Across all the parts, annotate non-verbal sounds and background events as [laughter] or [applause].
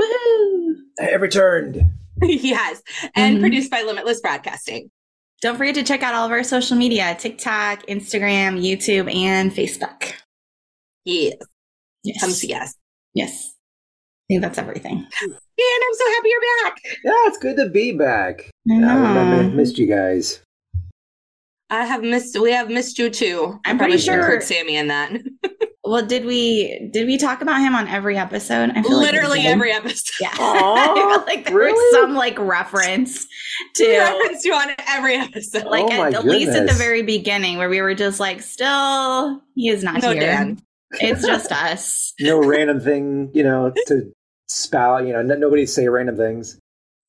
Woohoo! I have returned. [laughs] yes, and Mhm. produced by Limitless Broadcasting. Don't forget to check out all of our social media TikTok, Instagram, YouTube, and Facebook. Yes, Yes. come see us. Yes. I think that's everything. And I'm so happy you're back. Yeah, it's good to be I back. Yeah, I know. remember- missed you guys. I have missed. We have missed you too. I'm I pretty probably should have sure- heard Sammy in that. Well, did we did we talk about him on every episode? I feel like we Literally did. every episode. [laughs] Yeah. [laughs] [laughs] I Aw, feel like there was really? some like reference We to referenced you on every episode. like Oh my at, at least at the goodness. very beginning where we were just like, still he is not no, here. Dan. It's just us. No random thing, you [laughs] know, to spout. You know, n- nobody say random things.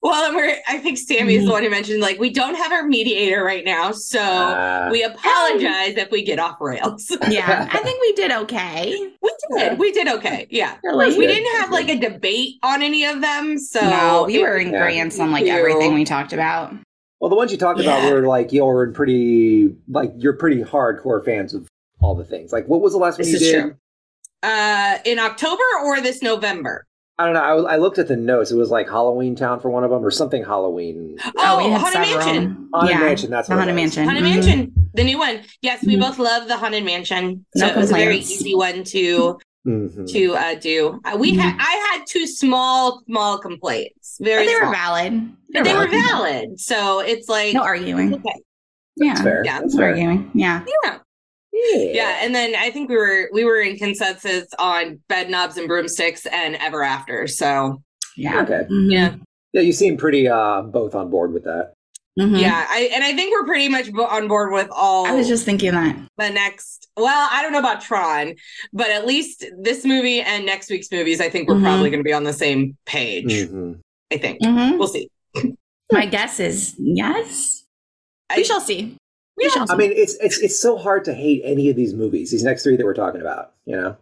Well, and we're, I think Sammy is Mhm. the one who mentioned like we don't have our mediator right now, so Ah. we apologize if we get off rails. [laughs] Yeah, I think we did okay. we did, we did okay, yeah. Really? We Good. didn't have like a debate on any of them, so no, we were in Yeah. grants on like Ew. everything we talked about. well, the ones you talked Yeah. about were like you were pretty, like you're pretty hardcore fans of all the things. Like, what was the last one This you is did? true. Uh, in October or this November? I don't know. I, I looked at the notes. It was like Halloween Town for one of them, or something Halloween. Oh, we had Haunted several. Mansion, Haunted yeah, Mansion. That's the what it Haunted was. Mansion. Haunted Mhm. Mansion, the new one. Yes, we Mhm. both love the Haunted Mansion. So No it was a very complaints. easy one to Mhm. to uh, do. Uh, we had I had two small small complaints. But Very they were small. valid. But they were valid. valid. So it's like, No arguing. okay. That's Yeah, fair. Yeah. That's no fair. arguing. Yeah. Yeah. Yeah. And then I think we were we were in consensus on bed knobs and broomsticks and ever after. So Yeah. Okay. Mhm. Yeah. Yeah, you seem pretty uh both on board with that. Mhm. yeah, I and I think we're pretty much bo- on board with all I was just thinking that. the next well, I don't know about Tron, but at least this movie and next week's movies, I think we're Mhm. probably gonna be on the same page. Mm. Mm-hmm. I think. Mhm. We'll see. My guess is yes. I- we shall see. We Yeah. shall see. I mean, it's it's it's so hard to hate any of these movies. These next three that we're talking about, you know.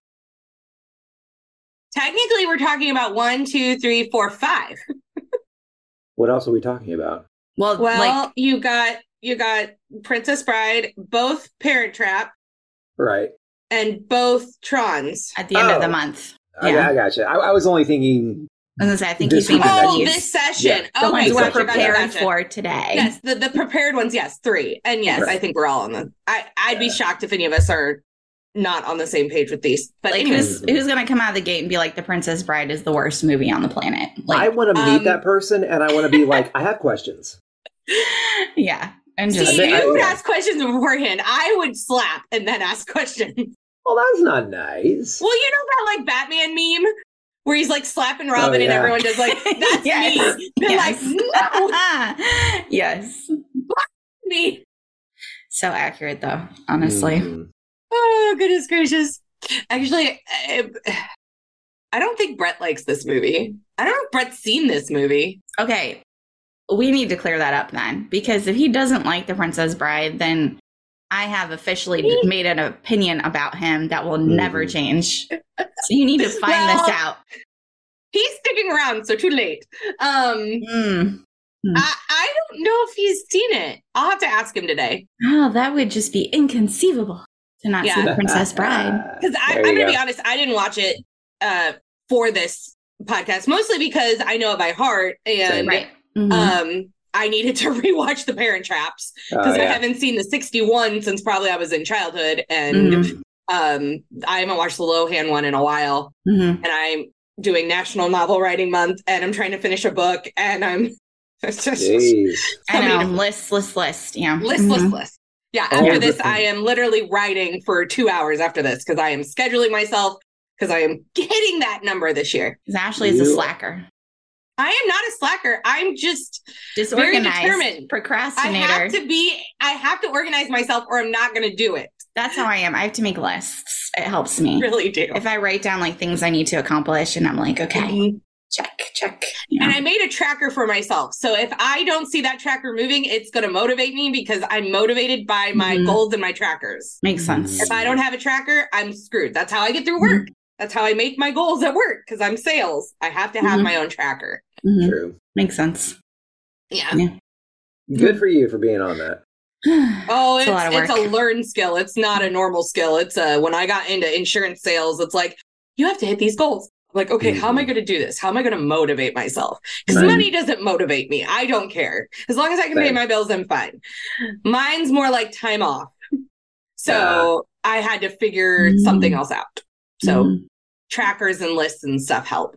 Technically we're talking about one, two, three, four, five. What else are we talking about? well, Well, like you got you got Princess Bride, both Parent Trap, Right. and both Trons. at the end of Oh. the month. I, Yeah. I gotcha. I, I was only thinking was gonna say, I think This you mean weekend, Oh, actually. this session. Oh, Yeah. the Okay, ones we're gotcha, gotcha, prepared gotcha. for today. Yes, the, the prepared ones, yes, three. And yes, Right. I think we're all on the I, I'd be shocked if any of us are not on the same page with these. But Like anyways, Mm-hmm. who's who's gonna come out of the gate and be like, "The Princess Bride is the [laughs] worst movie on the planet"? I Like, want to meet um, that person, and I want [laughs] to be like, I have questions. yeah, and just see, I bet- you would yeah. ask questions beforehand. I would slap and then ask [laughs] questions. Well, that's not nice. Well, you know that like Batman meme where he's like slapping Robin and yeah. everyone does [laughs] like that's Yes. me. They're like no, that's [laughs] yes, me. so accurate though. Honestly, Mm. Oh goodness gracious! Actually, I, I don't think Brett likes this movie. I don't know if Brett's seen this movie. okay, we need to clear that up then, because if he doesn't like The Princess Bride, then I have officially d- made an opinion about him that will Mm-hmm. never Mhm. change. So you need [laughs] to find Well- this out. He's sticking around, so too late. Um, Mm. I, I don't know if he's seen it. I'll have to ask him today. Oh, that would just be inconceivable to not see Yeah. [laughs] The [laughs] Princess Bride. [laughs] because I'm There going you to go. be honest, I didn't watch it uh, for this podcast, mostly because I know it by heart and Same. Right. Mhm. um, I needed to [laughs] rewatch The Parent Traps because Mm-hmm. Oh, I yeah. haven't seen the 61 since probably I was in childhood. And Mm-hmm. Mhm. um, I haven't watched the Lohan one in a while. Mm-hmm. Mhm. And I'm doing National Novel Writing Month and I'm trying to finish a book and I'm [laughs] it's just Jeez. I somebody know. to- List, list, list. Yeah. list, Mhm. list, list. Yeah, Oh, after yeah. this, I am literally writing for two hours after this because I am scheduling myself because I am hitting that number this year. 'Cause Ashley is a You- slacker. I am not a slacker. I'm just determined. Disorganized. I Procrastinator. have to be I have to organize myself or I'm not gonna do it. [laughs] That's how I am. I have to make lists. It helps me. Really do. If I write down like things I need to accomplish and I'm like, okay, Mhm. check, check. Yeah. And I made a tracker for myself. So if I don't see that tracker moving, it's gonna motivate me because I'm motivated by my Mhm. goals and my trackers. Makes sense. If I don't have a tracker, I'm screwed. That's how I get through Mm-hmm. work. That's how I make my goals at work because I'm sales. I have to have Mhm. my own tracker. Mhm. True. Makes sense. Yeah. Good for you for being on that. Oh, It's it's a lot it's a, of work. learned skill. It's not a normal skill. It's uh when I got into insurance sales, it's like you have to hit these goals. I'm like, okay, how am I Mm-hmm. going to do this? How am I going to motivate myself? Because Right. money doesn't motivate me. I don't care. As long as I can pay Same. my bills, I'm fine. Mine's more like time off. So Ah. I had to figure Mm. something else out. So Mhm. trackers and lists and stuff help.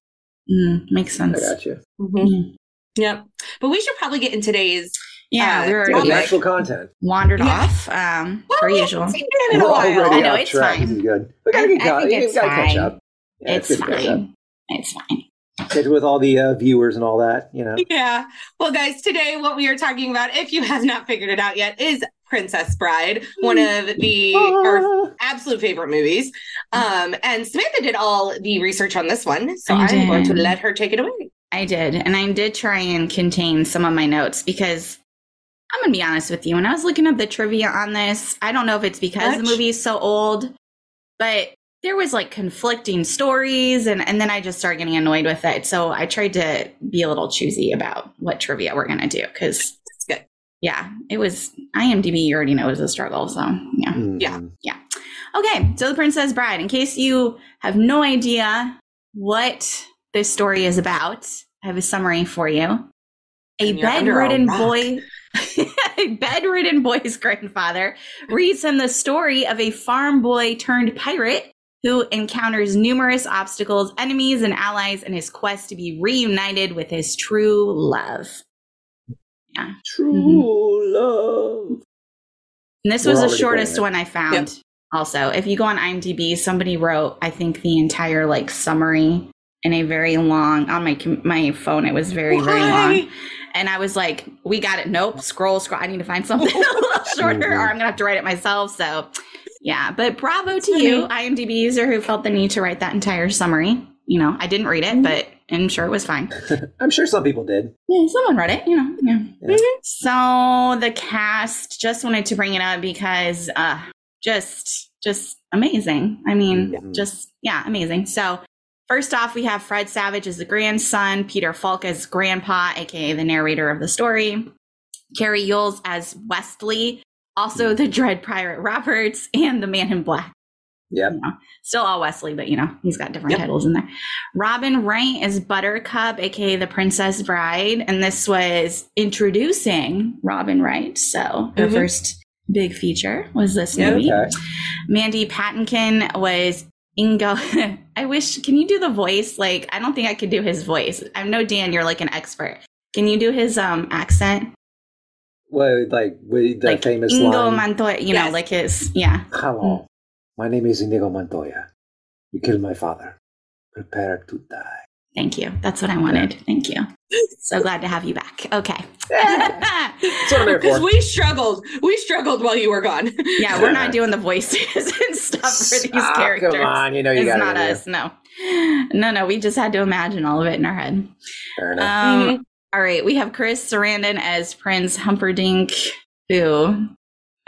Mm-hmm. Mhm. makes I sense. got you. Mhm. Yep. But we should probably get in today's. Yeah, Uh, we were With topic. actual content. wandered Yeah. off. Um, Well, per we haven't usual. seen it in a We're while. already I know, off it's track. This fine. is good. We gotta I- get I caught. think We it's gotta catch fine. up. Yeah, it's good to catch up. fine. It's fine. Hit with all the uh, viewers and all that, you know. Yeah. Well, guys, today what we are talking about, if you have not figured it out yet, is Princess Bride, one of the [laughs] our Ah. absolute favorite movies. Um, and Samantha did all the research on this one, so I I'm going to did. let her take it away. I did. And I did try and contain some of my notes because I'm going to be honest with you. When I was looking up the trivia on this, I don't know if it's because the Much? movie is so old, but there was like conflicting stories. And, and then I just started getting annoyed with it. So I tried to be a little choosy about what trivia we're going to do because, It's good. yeah, it was IMDb, you already know, is a struggle. So, yeah. Mm. Yeah. Okay, so The Princess Bride. In case you have no idea what this story is about, I have a summary for you. A And you're under a bedridden rock. boy, [laughs] a bedridden boy's grandfather reads him the story of a farm boy turned pirate who encounters numerous obstacles, enemies, and allies in his quest to be reunited with his true love. True Mm-hmm. love. And this We're was the already shortest going one I found. Also, if you go on IMDb, somebody wrote, I think, the entire like summary in a very long on my com- my phone. It was very very long, and I was like, "We got it." Nope. Scroll, scroll. I need to find something [laughs] a little shorter, or Mhm. I'm gonna have to write it myself. So, yeah. But bravo to Funny. you, IMDb user who felt the need to write that entire summary. You know, I didn't read it, but I'm sure it was fine. I'm sure some people did. Yeah, someone read it, you know. Yeah. Yeah. So the cast just wanted to bring it up because uh just just amazing. I mean, Mhm. just yeah, amazing. So first off, we have Fred Savage as the grandson, Peter Falk as grandpa, aka the narrator of the story, Carrie Yules as Wesley, also the Dread Pirate Roberts, and the Man in Black. Yep. Still all Wesley, but you know, he's got different titles in there. Robin Wright is Buttercup, aka the Princess Bride. And this was introducing Robin Wright. So her Mhm. first big feature was this Yeah. movie. Okay. Mandy Patinkin was Ingo. [laughs] I wish, can you do the voice? Like, I don't think I could do his voice. I know, Dan, you're like an expert. Can you do his um accent? Well, like with the like famous Ingo line. Montoya, you know, Yes. like his, yeah. Hello, my name is Inigo Montoya. You killed my father. Prepare to [laughs] die. Thank you. That's what I wanted. Thank you. So glad to have you back. [laughs] Okay. That's what I'm there Because for. we struggled. We struggled while you were gone. [laughs] yeah, we're not doing the voices [laughs] and stuff for these Ah, characters. Come on, you know you It's got not us. No. No, no. We just had to imagine all of it in our head. Fair enough. Um, all right, we have Chris Sarandon as Prince Humperdinck, who,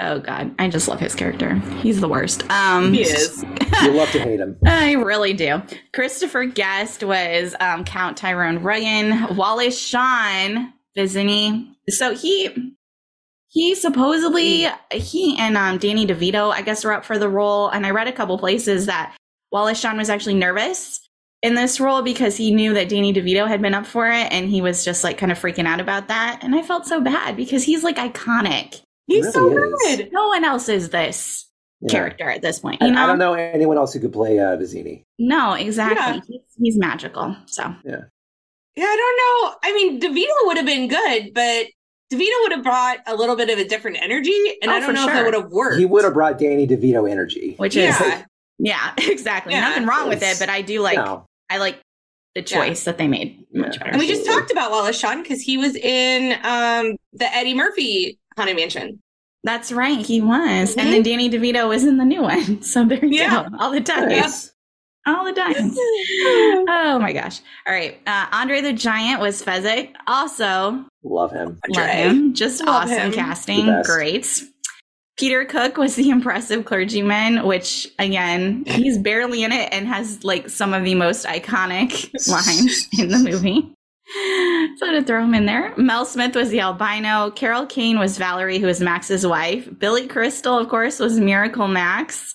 oh god, I just love his character. He's the worst. Um, He is. you love to [laughs] hate him. I really do. Christopher Guest was um, Count Tyrone Ryan. Wallace Shawn Visini. So he he supposedly he and um, Danny DeVito, I guess, were up for the role. And I read a couple places that Wallace Shawn was actually nervous in this role because he knew that Danny DeVito had been up for it, and he was just like kind of freaking out about that. And I felt so bad because he's like iconic. He's so Really is. good. No one else is this Yeah. character at this point. I, You know? I don't know anyone else who could play uh, Vizzini. No, exactly. Yeah. He's, he's magical. So Yeah, I don't know. I mean, DeVito would have been good, but DeVito would have brought a little bit of a different energy, and Oh, I don't for know if sure. that would have worked. He would have brought Danny DeVito energy. which is Yeah. yeah, [laughs] exactly. Yeah, Nothing wrong with it, it's- but I do like [laughs] no. I like the Yeah. choice that they made much better. And we just talked about Wallace Shawn because he was in um, the Eddie Murphy Haunted Mansion. That's right, he was. Mhm. And then Danny DeVito was in the new one. [laughs] So there you Yeah. go. All the time. Nice. All the [laughs] time. oh my gosh. All right. Uh, Andre the Giant was Fezzik. Also, Love him. love Andre. him. Just Love awesome him. The casting. best. Great. Peter Cook was the [laughs] impressive clergyman, which again, he's barely in it and has like some of the most iconic [laughs] lines in the movie. So to throw him in there. Mel Smith was the albino. Carol Kane was Valerie, who is Max's wife. Billy Crystal, of course, was Miracle Max.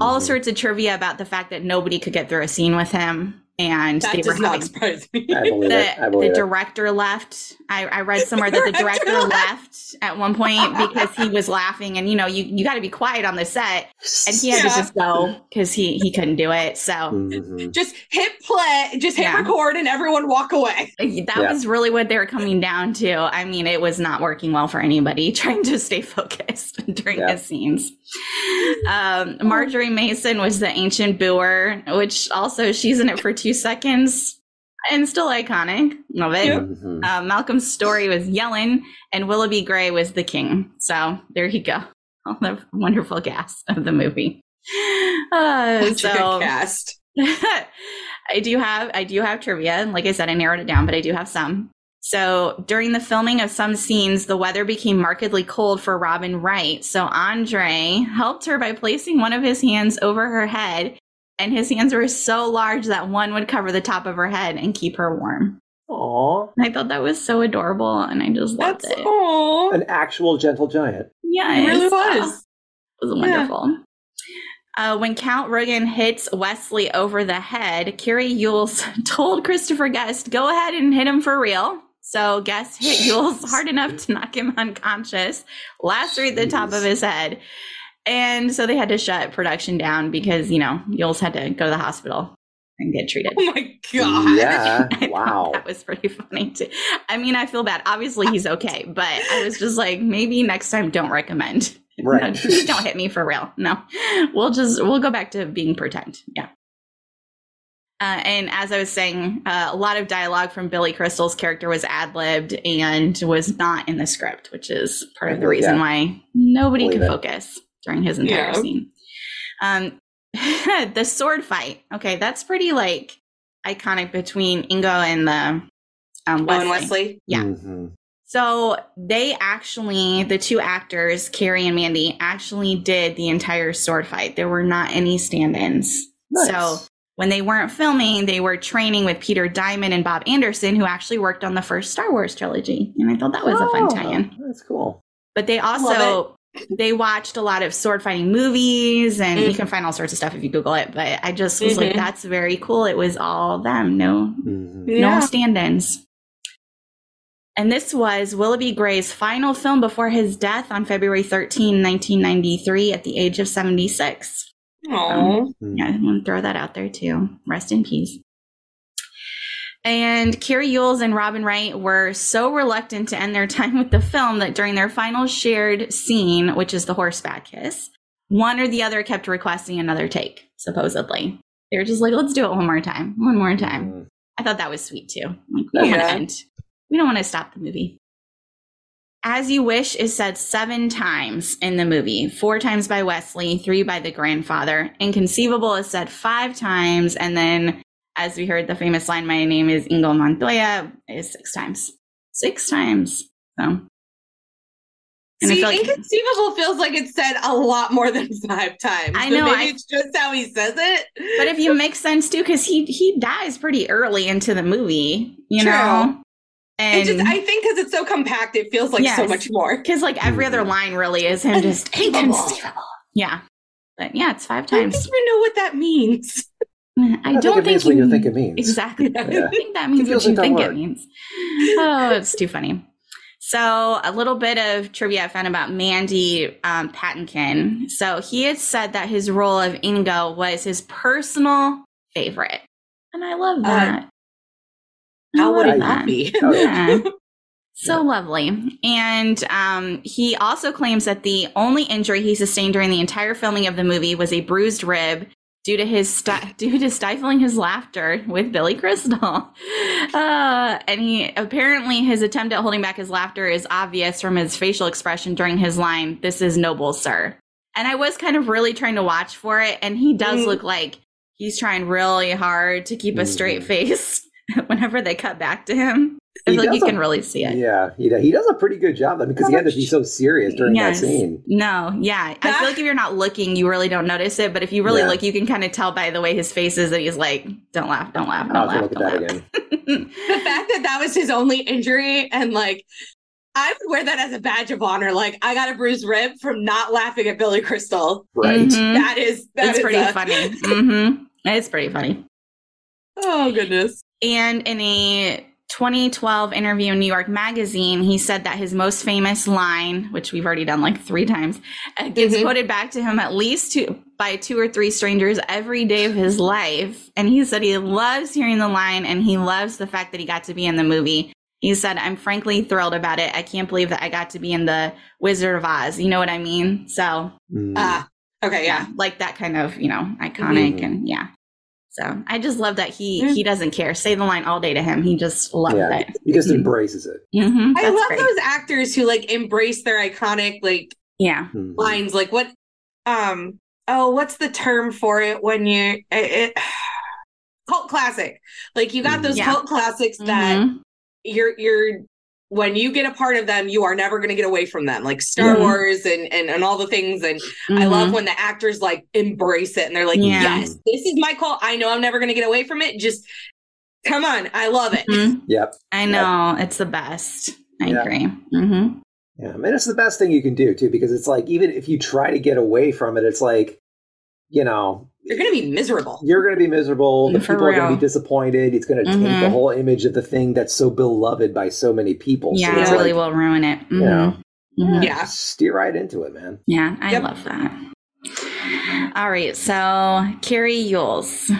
All Mhm. sorts of trivia about the fact that nobody could get through a scene with him. And That they were does not having surprise me. I believe it. the, I the believe it. director left. I, I read somewhere [laughs] that the director director left at one point because he was laughing, and you know, you, you got to be quiet on the set, and he had to Yeah. just go because he he couldn't do it. So Mhm. Just hit play, just hit Yeah. record, and everyone walk [laughs] away. eh, that Yeah. was really what they were coming down to. I mean, it was not working well for anybody [laughs] trying to stay focused [laughs] during Yeah. his scenes. Um, Marjorie Mason was the ancient booer, which also she's in it for two seconds and still iconic. Love it. Mhm. Uh, Malcolm's story was Yellen, and Willoughby Gray was the king. So there you go. All the wonderful cast of the movie. Uh, Such a good so cast. [laughs] I do have I do have trivia. Like I said, I narrowed it down, but I do have some. So during the filming of some scenes, the weather became markedly cold for Robin Wright. So Andre helped her by placing one of his hands over her head, and his hands were so large that one would cover the top of her head and keep her warm. Aw. And I thought that was so adorable and I just loved That's it. all. An actual gentle giant. Yeah, It really was. It was Yeah. wonderful. Uh, when Count Rogan hits Wesley over the head, Carrie Yules [laughs] told Christopher Guest, go ahead and hit him for real. So Guest hit Yules hard enough to knock him unconscious, lacerate the top Jeez. of his head. And so they had to shut production down because, you know, Yules had to go to the hospital and get treated. Oh my god. Yeah. I thought [laughs] wow. That was pretty funny too. I mean, I feel bad. Obviously, he's okay, but I was just like, maybe next time don't recommend. No, Right. please don't hit me for real. No, we'll just we'll go back to being pretend. Yeah. Uh, and as I was saying, uh, a lot of dialogue from Billy Crystal's character was ad libbed and was not in the script, which is part of the reason Yeah. why nobody could Believe it. focus during his entire Yeah. scene. Um, [laughs] the sword fight. Okay, that's pretty like iconic between Ingo and the um, Oh, and Wesley. Wesley. Yeah. Mhm. So they actually, the two actors, Carrie and Mandy, actually did the entire sword fight. There were not any stand ins. Nice. So when they weren't filming, they were training with Peter Diamond and Bob Anderson, who actually worked on the first Star Wars trilogy. And I thought that was a fun Oh, tie in. That's cool. But they Love also They watched a lot of sword fighting movies, and you can find all sorts of stuff if you Google it. But I just was like, Mhm. that's very cool. It was all them, no, Mm-hmm. Mhm. no stand ins. And this was Willoughby Gray's final film before his death on February 13, 1993, at the age of 76. Aw. Yeah, I want to throw that out there too. Rest in peace. And Carrie Yules and Robin Wright were so reluctant to end their [laughs] time with the film that during their final shared scene, which is the horseback kiss, one or the other kept requesting another take, supposedly. They were just like, let's do it one more time, one more time. Mhm. I thought that was sweet too. Like, we don't want Yeah. to end. We don't want to stop the movie. As You Wish is said seven times in the movie four times by Wesley, three by the grandfather. Inconceivable is said five times. And then, as we heard the famous line, My name is Ingo Montoya, is six times. Six times. So. And I See, feel like- inconceivable feels like it's said a lot more than five times. I but know, Maybe I- it's just how he says it. but if you make sense too, because he he dies pretty early into the movie, you True. know, It and just, I think because it's so compact, it feels like so Yes. much more. Because like every other Mm-hmm. line really is him just Inconceivable. inconceivable. Yeah. But yeah, it's five I don't times. even know what that means. [laughs] I I don't it think means what you you- think it means. [laughs] Exactly. Yeah. I think that means what Confusing you think that it word. means. Oh, it's too funny. So, a little bit of trivia I found about Mandy um, Patinkin. So, he had said that his role of Ingo was his personal favorite. And I Uh, love that. I How would love it that. it be? Oh, yeah. Yeah. So lovely. And um, he also claims that the only injury he sustained during the entire filming of the movie was a bruised rib due to his sti- [laughs] due to stifling his laughter with Billy Crystal. [laughs] Uh, and he apparently his attempt at holding back his laughter is obvious from his facial expression during his line, "This is noble, sir." And I was kind of really trying to watch for it, and he does Mm. look like he's trying really hard to keep a straight Mhm. face [laughs] whenever they cut back to him. I He feel like you does a- can really see it. Yeah, he does, he does a pretty good job because he had to be so serious during Yes. that scene. No, yeah. I That- feel like if you're not looking, you really don't notice it. But if you really Yeah. look, you can kind of tell by the way his face is that he's like, don't laugh, don't laugh, don't I'll have to laugh, look at don't that laugh. again. the fact that that was his only injury and like I would wear that as a badge of honor. Like I got a bruised rib from not laughing at Billy Crystal. Right. Mhm. [laughs] That is that It's is pretty a- funny. hmm It's pretty funny. Oh goodness. And in a 2012 interview in New York Magazine, he said that his most famous line, which we've already done like three times, uh, gets Mhm. quoted back to him at least two, by two or three strangers every day of his life. And he said he loves hearing the line and he loves the fact that he got to be in the movie. He said, I'm frankly thrilled about it. I can't believe that I got to be in the Wizard of Oz. You know what I mean? So Mm. Ah. Okay, yeah. Mm-hmm. like that kind of you know iconic Mhm. and yeah so i just love that he Yeah. he doesn't care say the line all day to him he just loves Yeah. it He just embraces it. Mhm, I that's love great. those actors who like embrace their iconic like yeah Mhm. lines. Like what um oh what's the term for it when you it, [sighs] it- cult classic. Like you got those Yeah. cult classics that Mhm. you're you're when you get a part of them, you are never going to get away from them, like Star Mhm. Wars and, and and all the things. And I love when the actors like embrace it and they're like, Yeah. "Yes, this is my call. I know I'm never going to get away from it. Just come on, I love it." Mhm. Yep. i know it's the best i Yeah. agree hmm Yeah, I mean, it's the best thing you can do too, because it's like even if you try to get away from it, it's like, you know, You're going to be miserable. you're going to be miserable. The For people are going to real. be disappointed. It's going to taint the Mhm. whole image of the thing that's so beloved by so many people. yeah so it it's really like, will ruin it Mhm. know. Mhm. Yeah. steer right into it, man. Yeah, I Yep. love that. All right, so Carrie Yules.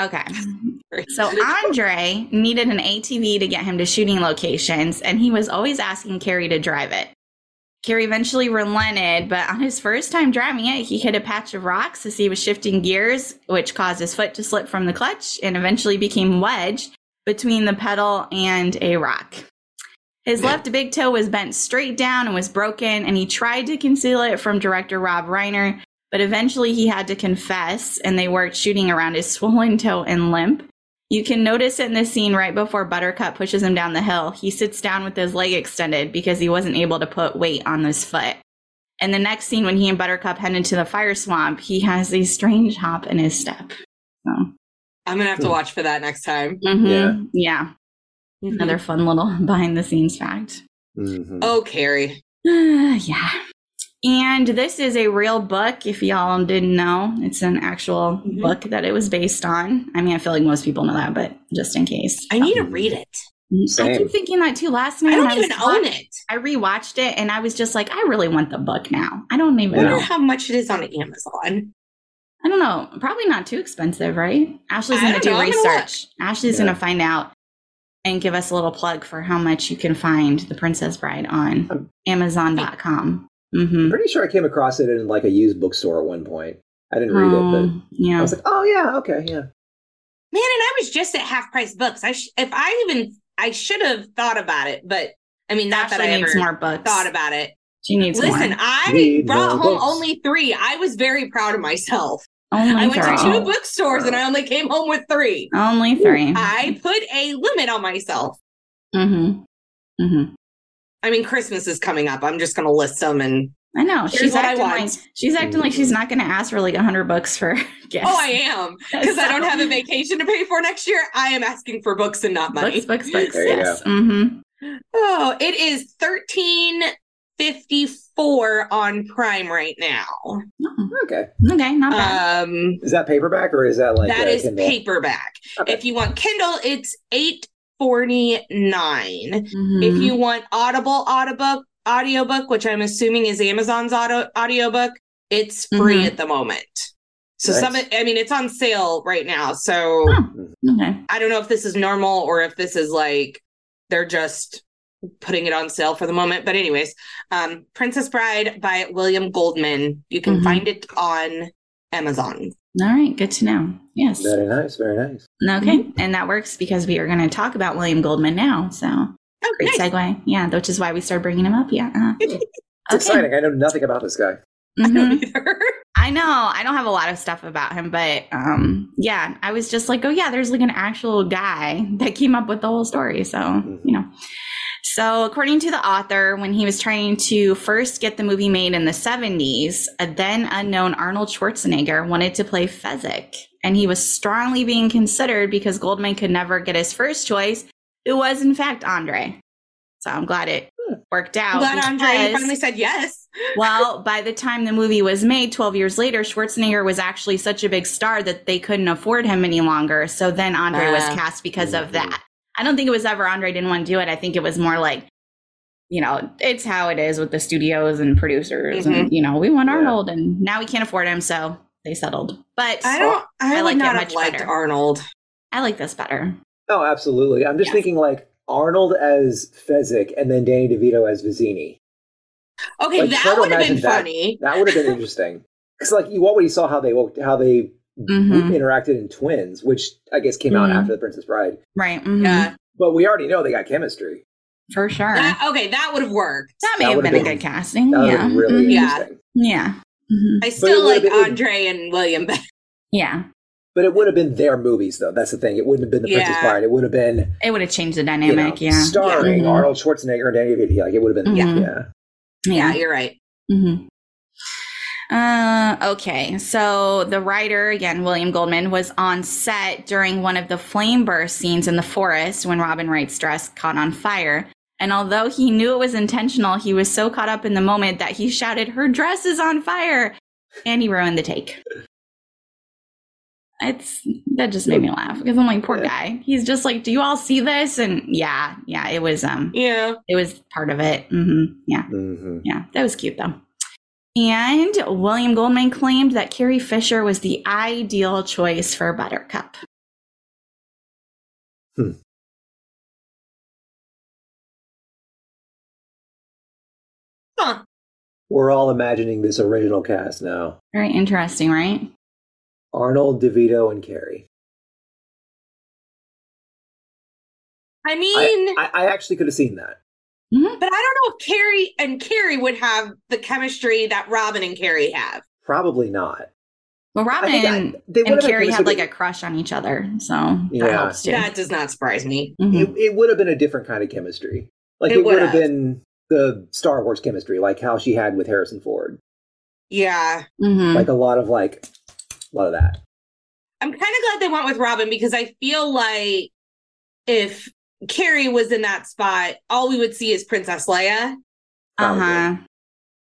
Okay. So Andre needed an ATV to get him to shooting locations, and he was always asking Carrie to drive it. Carrie eventually relented, but on his first time driving it, he hit a patch of rocks as he was shifting gears, which caused his foot to slip from the clutch and eventually became wedged between the pedal and a rock. His left big toe was bent straight down and was broken, and he tried to conceal it from director Rob Reiner, but eventually he had to confess, and they worked shooting around his [laughs] swollen toe and limp. You can notice it in the scene right before Buttercup pushes him down the hill. He sits down with his leg extended because he wasn't able to put weight on his foot. And the next scene, when he and Buttercup head into the fire swamp, he has a strange hop in his step. I'm going to have to watch for that next time. Mhm. yeah. Another. Another [laughs] fun little behind the scenes fact. Mhm. Oh, Carrie. Uh, yeah. And this is a real book, if y'all didn't know. It's an actual Mhm. book that it was based on. I mean, I feel like most people know that, but just in case. I need to read it. I Same. keep thinking that too. Last night, Mm-hmm. I when don't even was own wa- it. I rewatched it and I was just like, I really want the book now. I don't I even wonder know. how much it is on Amazon. I don't know. Probably not too expensive, right? Ashley's I going to don't do know. I'm gonna research. Ashley's Yeah. going to find out and give us a little plug for how much you can find The Princess Bride on Um, Amazon.com. Mm-hmm. I'm pretty sure I came across it in like a used bookstore at one point. I didn't read it, but I yeah. was like, oh yeah, okay, yeah. Man, and I was just at half price books. I sh- if I even I should have thought about it, but I mean, not that Ashley I needs ever more books. thought about it. she needs Listen, more. I Read brought more home books. only three. I was very proud of myself. Only I went to three. two bookstores and I only came home with three. Only three. I put a limit on myself. mm-hmm. Mm-hmm. I mean, Christmas is coming up. I'm just going to list them and I know. Here's she's what I acting like want. she's acting like she's not going to ask for like hundred bucks for [laughs] gifts. oh, I [laughs] am because I don't have a vacation to pay for next year. I am asking for books and not money. books, books, books. There you yes. Mm-hmm. Oh, it is thirteen fifty four on Prime right now. Okay. Okay, not bad. Um, Is that paperback or is that like that uh, is Kindle? paperback. Okay. If you want Kindle, it's eight forty nine. Mhm. If you want Audible audiobook, audiobook, which I'm assuming is Amazon's auto audiobook, it's free Mhm. at the moment. So Nice. some, I mean, it's on sale right now. So Oh. okay. I don't know if this is normal or if this is like they're just putting it on sale for the moment. But anyways, um, Princess Bride by William Goldman. You can Mhm. find it on Amazon. All right, good to know. Yes. Very nice, very nice. Okay. And that works because we are going to talk about William Goldman now. So Oh, [laughs] great nice. segue. Yeah, which is why we started bringing him up. Yeah. [laughs] uh-huh. It's exciting. I know nothing about this guy. I Mhm. don't either. I know. I don't have a lot of stuff about him, but um, yeah, I was just like, oh yeah, there's like an actual guy that came up with the whole story. So Mm-hmm. you know. So according to the author, when he was trying to first get the movie made in the 70s, a then unknown Arnold Schwarzenegger wanted to play Fezzik, and he was strongly being considered because Goldman could never get his first choice, who was in fact Andre. So I'm glad it worked out. Hmm. I'm glad Andre because- finally said yes. well, by the time the movie was made 12 years later, Schwarzenegger was actually such a big star that they couldn't afford him any longer. So then Andre was Ah. cast because of Mhm. that. I don't think it was ever Andre didn't want to do it. I think it was more like, you know, it's how it is with the studios and producers. And, you know, we want Yeah. Arnold and now we can't afford him. So they settled. But I don't. I, I would like it not have much liked better. Arnold. I like this better. Oh, absolutely. I'm just Yes. thinking like Arnold as Fezzik and then Danny DeVito as Vizzini. Okay, Like, try that to would have been imagine that. funny. That would have been [laughs] interesting. Because like you already saw how they wo- how they Mhm. interacted in Twins, which I guess came out Mhm. after The Princess Bride. Right. Mhm. Yeah. But we already know they got chemistry. For sure. That, That- okay, that would have worked. may that have would've been, a been- good casting. That would Yeah. have been really Mhm. Yeah. interesting. Yeah. Mm-hmm. Mhm. I still like would've been- Andre and William [laughs] better. Yeah. But it would have been their movies though. That's the thing. It wouldn't have been The Princess Yeah. Bride. It would have been It would have changed the you know, dynamic. yeah. starring Mhm. Arnold Schwarzenegger and Danny DeVito. Like it would have been Mhm. yeah. Yeah, you're right. hmm Uh, okay, so the writer, again, William Goldman, was on set during one of the flame burst scenes in the forest when Robin Wright's dress caught on fire. And although he knew it was intentional, he was so caught up in the moment that he shouted, Her dress is on fire! And he ruined the take. It's that just made me laugh because I'm like, poor guy. He's just like, Do you all see this? And yeah, yeah, it was um Yeah. it was part of it. hmm Yeah. hmm Yeah, that was cute though. And William Goldman claimed that Carrie Fisher was the ideal choice for Buttercup. Hmm. Huh. We're all imagining this original cast now. Very interesting, right? Arnold, DeVito, and Carrie. I mean, I, I, I actually could have seen that. But I don't know if Carrie and Carrie would have the chemistry that Robin and Carrie have. Probably not. Well, Robin I think I- and, they would've had Carrie had chemistry, like a crush on each other, so that Yeah. helps too. That does not surprise me. but Mhm. It, it would have been a different kind of chemistry. Like Mm-hmm. It it, would have would've. been the Star Wars chemistry, like how she had with Harrison Ford. Mm-hmm. Yeah. Mhm. Like a lot of like, a lot of that. I'm kind of glad they went with Robin because I feel like if Carrie was in that spot, all we would see is Princess Leia. uh-huh. probably.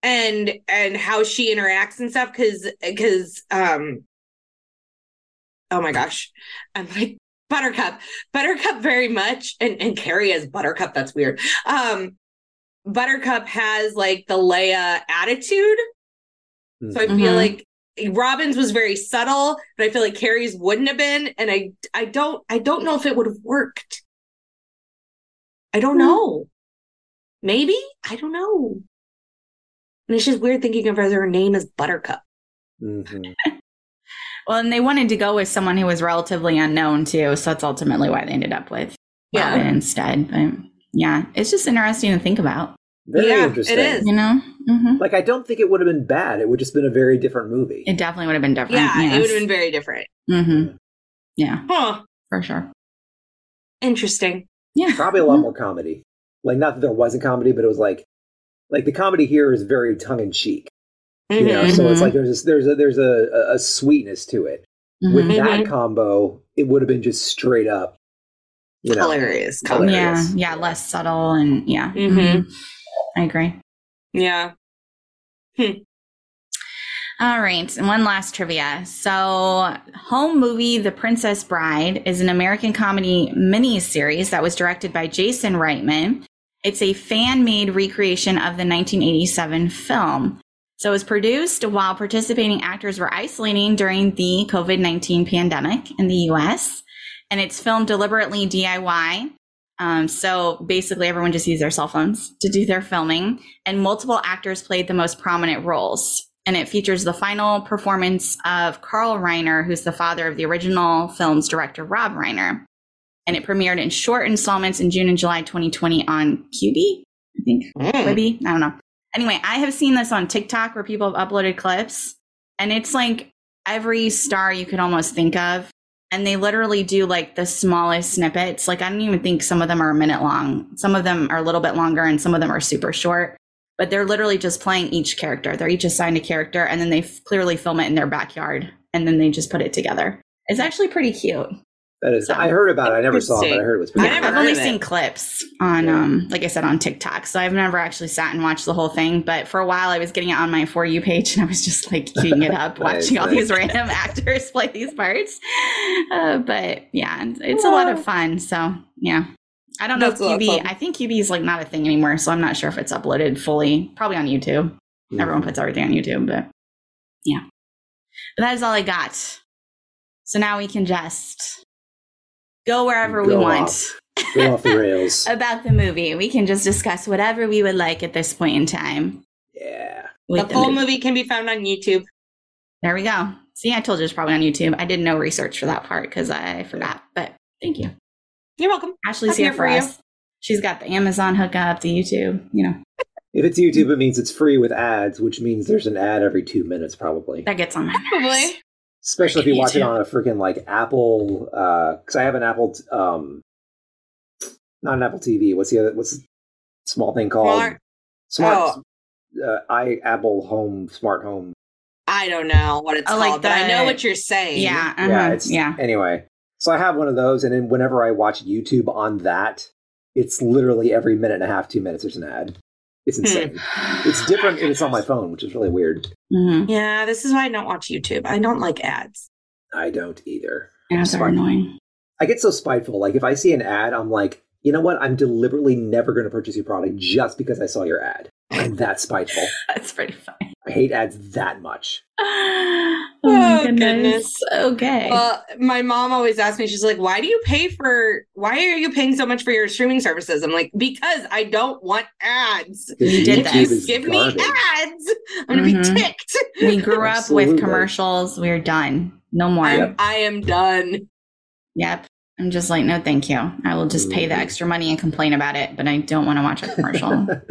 and and how she interacts and stuff because because um oh my gosh i'm like buttercup buttercup very much and and carrie as buttercup that's weird um buttercup has like the leia attitude so i feel Mhm. like robbins was very subtle but i feel like carrie's wouldn't have been and i i don't i don't know if it would have worked i don't know maybe i don't know and it's just weird thinking of her name as buttercup Mhm. Well, and they wanted to go with someone who was relatively unknown too, so that's ultimately why they ended up with Robin instead. But yeah, it's just interesting to think about, Very Yeah, it interesting. is. you know. hmm Like I don't think it would have been bad. It would just been a very different movie. It definitely would have been different. yeah it would have been very different been. hmm mm-hmm. Yeah, huh for sure. interesting Yeah, Probably Mm-hmm. a lot more comedy. Like not that there wasn't comedy, but it was like like the comedy here is very tongue in cheek. You know, Mm-hmm. so it's like there's this, there's a there's a, a- a sweetness to it. With Mm-hmm. Mhm. that combo, it would have been just straight up. You know, hilarious Hilarious. Yeah, yeah, less subtle and yeah. Mm-hmm. Mhm. I agree. yeah All right, and one last trivia. So, home movie The Princess Bride is an American comedy miniseries that was directed by Jason Reitman. It's a fan made recreation of the 1987 film. So, it was produced while participating actors were isolating during the COVID 19 pandemic in the US, and it's filmed deliberately DIY. Um, so, basically, everyone just used their cell phones to do their filming and multiple actors played the most prominent roles. And it features the final performance of Carl Reiner, who's the father of the original film's director, Rob Reiner. And it premiered in short installments in June and July 2020 on Quibi, I think. Hmm. Quibi? I don't know. Anyway, I have seen this on TikTok where people have uploaded clips, and it's like every star you could almost think of. And they literally do like the smallest snippets. Like, I don't even think some of them are a minute long. Some of them are a little bit longer, and some of them are super short but they're literally just playing each character. They're each assigned a character, and then they f- clearly film it in their backyard, and then they just put it together. It's actually pretty cute. That is, I heard about it. I never saw it, but I heard it was pretty. I never I've heard only of it. seen clips on, um, like I said, on TikTok, so I've never actually sat and watched the whole thing. But for a while, I was getting it on my for you page, [laughs] and I was just like eating it up, [laughs] Nice, watching all nice. these random [laughs] actors play these parts. Uh, but yeah, it's- it's a lot of fun. So yeah. I don't know That's a lot if of QB. fun. I think QB is like not a thing anymore, so I'm not sure if it's uploaded fully. Probably on YouTube. Mhm. Everyone puts everything on YouTube, but yeah. But that is all I got. So now we can just go wherever we Go want off. Go off [laughs] the rails. about the movie. We can just discuss whatever we would like at this point in time. yeah. with the full movie can be found on youtube There we go. See, I told you it's probably on YouTube. I did no research for that part because I forgot, but thank you. you're welcome Ashley's I'm here here for for you. us. She's got the Amazon hookup, the YouTube, you know, If it's YouTube, it means it's free with ads, which means there's an ad every two minutes, probably. that gets on my nerves. Probably. Especially if you watch it YouTube. on a freaking like Apple, because I have an Apple, t- um, not an Apple TV. What's the other? What's the small thing called? Smart- Smart- Oh. uh, I Apple Home Smart Home. I don't know what it's Oh, like called, but I know the- what you're saying. Yeah. Uh-huh. Yeah, it's yeah. Anyway, so I have one of those, and then whenever I watch YouTube on that, it's literally every minute and a half, two minutes, there's an ad. It's Hmm. insane. it's different if it's on [sighs] my phone, which is really weird. Mhm. Yeah, this is why I don't watch YouTube. I don't like ads. I don't either. Ads are [laughs] Smart. annoying. I get so spiteful. Like if I see an ad, I'm like, you know what? I'm deliberately never going to purchase your product just because I saw your ad. I'm that spiteful. That's pretty funny. I hate ads that much. [sighs] Oh, Oh, my goodness. goodness. Okay. Well, my mom always asks me, she's like, why do you pay for, why are you paying so much for your streaming services? I'm like, because I don't want ads. You did YouTube that. If is you give garbage. me ads, I'm going to Mhm. be [laughs] ticked. we grew up Absolutely. with commercials. We're done. No more. I'm, Yep. Yep. I am done. I'm just like, no, thank you. I will just pay the Mhm. extra money and complain about it, but I don't want to watch a commercial. [laughs] I'll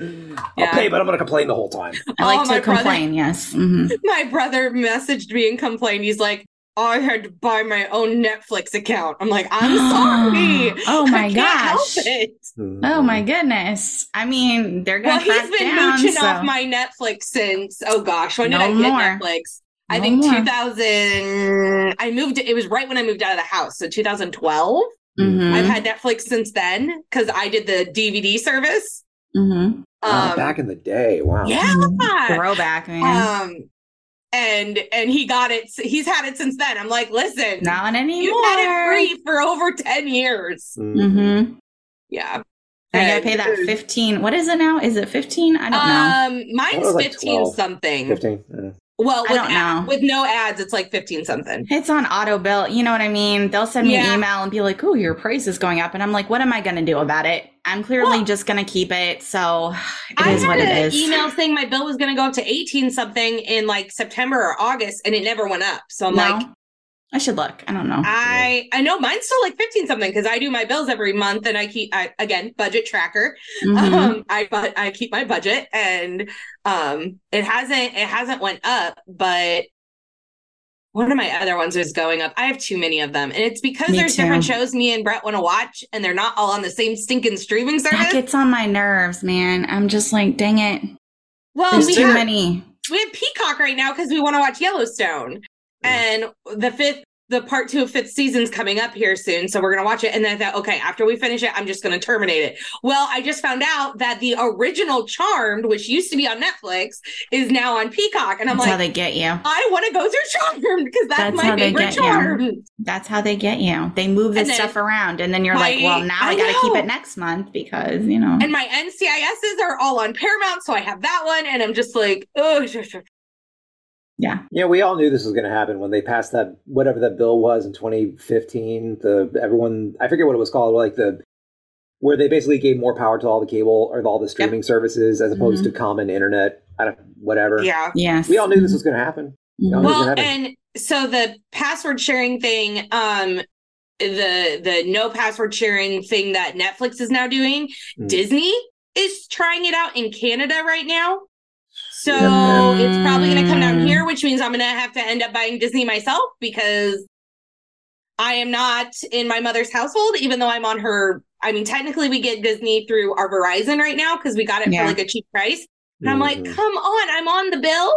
Yeah. pay, but I'm going to complain the whole time. I Oh, like to my brother. complain. Yes. hmm My brother messaged me and complained. He's like, I had to buy my own Netflix account. I'm like, [gasps] [gasps] I'm sorry. [gasps] Oh I my can't help gosh. it. [laughs] Oh my goodness. I mean, they're Well, gonna he's crack been down. mooching so- off my Netflix since oh gosh, when No did I more. get Netflix? I No think more. 2000. I moved. It was right when I moved out of the house, so 2012. Mhm. Mm-hmm. I've had Netflix since then because I did the DVD service. Mm-hmm. Wow, Um, Uh, Oh, back in the day, wow. yeah. Throwback, man. Um, and and he got it. He's had it since then. I'm like, listen, Not anymore. you've had it free for over ten years. Mhm. Mm-hmm. Yeah, I gotta pay that And- fifteen. What is it now? Is it fifteen? I don't know. Um, it mine's was like fifteen 12, something. Fifteen. I don't know. Well, I with, don't ad- know. with no ads, it's like fifteen something. It's on auto bill. You know what I mean? They'll send me Yeah. an email and be like, "Oh, your price is going up," and I'm like, "What am I gonna do about it? I'm clearly Well- just gonna keep it." So it I is had what an it is. email saying my bill was going to go up to eighteen something in like September or August, and it never went up. So I'm no, like, I should look. I don't know. I I know mine's still like fifteen something because I do my bills every month, and I keep I, again budget tracker. Mhm. um i but i keep my budget and um it hasn't it hasn't went up but one of my other ones is going up i have too many of them and it's because Me there's too. different shows me and brett want to watch and they're not all on the same stinking streaming that service gets on my nerves, man. I'm just like, dang it. well There's we too have, many. we have peacock right now because we want to watch yellowstone and the fifth the part two of fifth season's coming up here soon so we're going to watch it and then i thought okay after we finish it i'm just going to terminate it well i just found out that the original charmed which used to be on netflix is now on peacock and i'm That's how like they get you. i want to go through charmed because that's, That's my how they favorite get you. charmed That's how they get you. They move this And then Oh. stuff around, and then you're my- like, well, now I, I got to keep know. it next month because, you know. and my ncis's are all on paramount so i have that one and i'm just like oh yeah. Yeah, we all knew this was going to happen when they passed that whatever that bill was in 2015. The everyone, I forget what it was called, like the where they basically gave more power to all the cable or all the streaming services as opposed to common internet. I don't, whatever. [laughs] Mm-hmm. yeah Yes. we all knew this was going to happen. Mhm. No, well Doesn't and so the password sharing thing um the the no password sharing thing that netflix is now doing Mm. disney is trying it out in canada right now so Yeah. it's probably going to come down Mm. here which means i'm going to have to end up buying disney myself because i am not in my mother's household even though i'm on her i mean technically we get disney through our verizon right now because we got it Yeah. for like a cheap price and I'm like, Mhm. come on, I'm on the bill.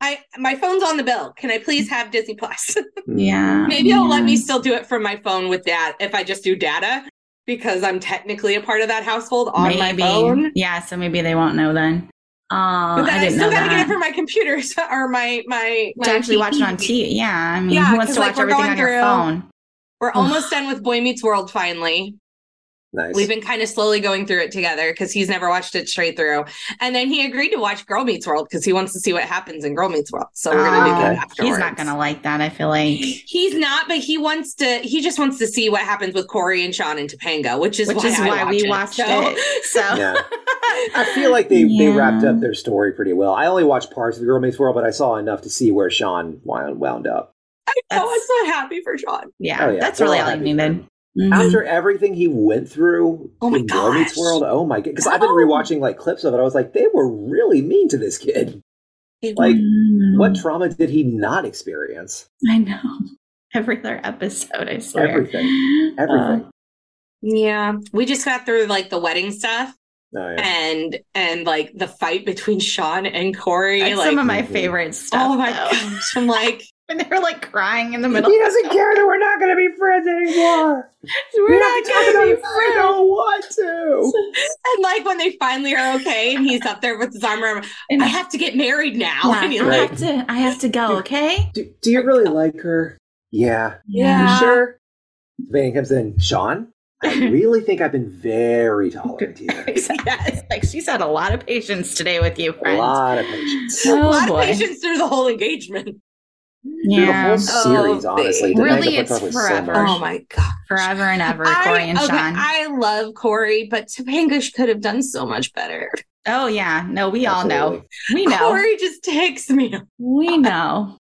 I my phone's on the bill. Can I please have Disney Plus? [laughs] Yeah. Maybe it'll let yeah. me still do it from my phone with that if I just do data because I'm technically a part of that household on my Maybe. phone. Yeah, so maybe they won't know then. Uh, But then I I, didn't still know gotta that. get it from my computer [laughs] so- or my my, my to actually watch it on TV. TV. Yeah, I mean, Yeah, who 'cause, wants to like, watch we're everything going on your through- phone? We're almost done with Boy Meets World finally. nice. We've been kind of slowly going through it together because he's never watched it straight through. And then he agreed to watch Girl Meets World because he wants to see what happens in Girl Meets World. So we're gonna do Oh, that Okay. afterwards. He's not gonna like that. I feel like, He's not, but he wants to. He just wants to see what happens with Corey and Sean and Topanga, which is which why is I why watch we it. watched So- it. So yeah. I feel like they, they Yeah. wrapped up their story pretty well. I only watched parts of Girl Meets World, but I saw enough to see where Sean wound, wound up. [laughs] I was that's- so happy for Sean. yeah, Oh, yeah, that's we're really all all I happy needed. Mhm. After everything he went through Oh my in Girl Meets gosh. World, oh my god! Because I've been rewatching like clips of it. I was like, they were really mean to this kid. Like, Mhm. what trauma did he not experience? [laughs] I know. Every other episode, I swear. Everything. Everything. Uh, Yeah, we just got through like the wedding stuff oh, yeah. and and like the fight between Sean and Corey. that's like, some of my Mhm. favorite stuff. oh my though. gosh! I'm like, [laughs] when they were like crying in the middle. He doesn't care that we're not going to be friends anymore. We're, not gonna be I friends. don't want to. and like when they finally are okay, and he's up there with his arm around. And- I have to get married now. Yeah, [laughs] And you're I like, have to. I have to go. Okay. Do, do you really like her? Yeah. Yeah. You sure? Van comes in. Sean, I really think I've been very tolerant here. [laughs] Yes. Like she's had a lot of patience today with you, A friend. lot of patience. Oh a lot boy. of patience through the whole engagement. Through the Yeah. whole series, Oh, honestly. babe. the Really, makeup it's on top was so forever. much. Oh my god. Forever and ever, Corey and okay, Sean. I love Corey, but Topanga could have done so much [laughs] better. oh yeah. No, we all know. Absolutely. We know. Corey just takes me. We [laughs] know.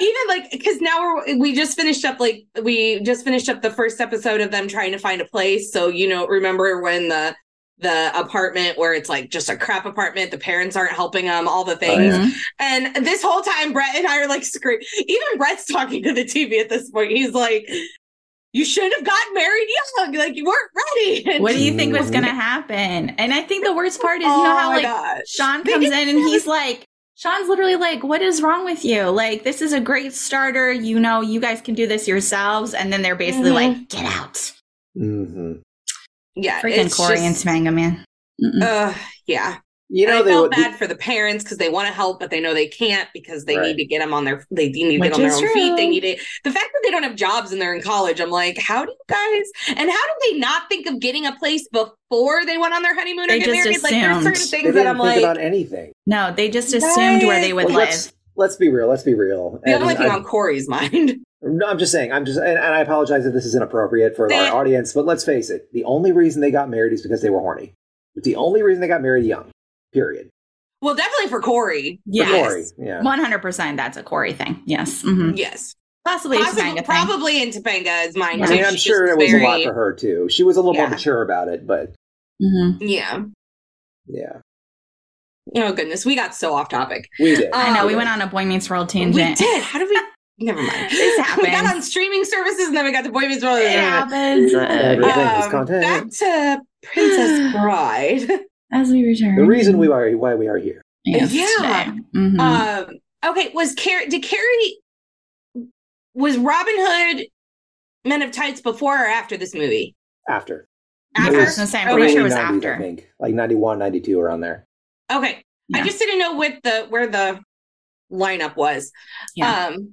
Even like because now we're we just finished up like we just finished up the first episode of them trying to find a place. So you know, remember when the the apartment where it's like just a crap apartment, the parents aren't helping them, all the Oh, things. Mm-hmm. yeah. And this whole time, Brett and I are like scream. Even Brett's talking to the TV at this point. He's like, "You should have gotten married young. Like you weren't ready." [laughs] And What do you think was Mhm. gonna happen? And I think the worst part is, you Oh know how my like gosh. Sean They comes in just and he's like, Sean's literally like, "What is wrong with you? Like, this is a great starter. You know, you guys can do this yourselves." And then they're basically Mhm. like, "Get out!" Mm-hmm. yeah, Freaking it's Corey just- and Smanga, man. Mm-mm. Ugh, yeah. You know, and I they, felt they- bad for the parents because they want to help, but they know they can't because they Right. need to get them on their they do need to Which get on their is own true. feet. They need to the fact that they don't have jobs and they're in college. I'm like, how do you guys and how do they not think of getting a place before they went on their honeymoon They or get just married? Like there's assumed. certain they things didn't that I'm think like about anything. No, they just assumed where they would Well, live. let's, let's be real. Let's be real. the only And thing I- on Corey's [laughs] mind. No, I'm just saying. I'm just, and, and I apologize if this is inappropriate for Nah. our audience, but let's face it: the only reason they got married is because they were horny. The only reason they got married young. Period. Well, definitely for Corey. For Yes. Corey, Yeah. One hundred percent. That's a Corey thing. Yes, hmm Yes. possibly a Possibly- Topanga thing. probably in Topanga is mine. I I too. mean, I'm She sure just it was a lot very- for her too. She was a little more Yeah. mature about it, but Mhm. Yeah. yeah, Oh goodness, we got so off topic. we did. I know. Um, We went on a Boy Meets World We tangent. did. How did [laughs] we? Never mind. This [laughs] We got happens. on streaming services, and then we got to Boy Meets World. It happens. Everything is Um, content. back to [sighs] Princess Bride. As we return. the reason we are why we are here. yeah. hmm Um, okay, was Carrie? Did Carrie? Was Robin Hood Men of Tights before or after this movie? After, after, it I was was gonna say, Oh, I'm pretty early sure it was 90s, I after. think like 91, 92 around there. Okay, I Yeah. just didn't know what the where the lineup was. Yeah. Um,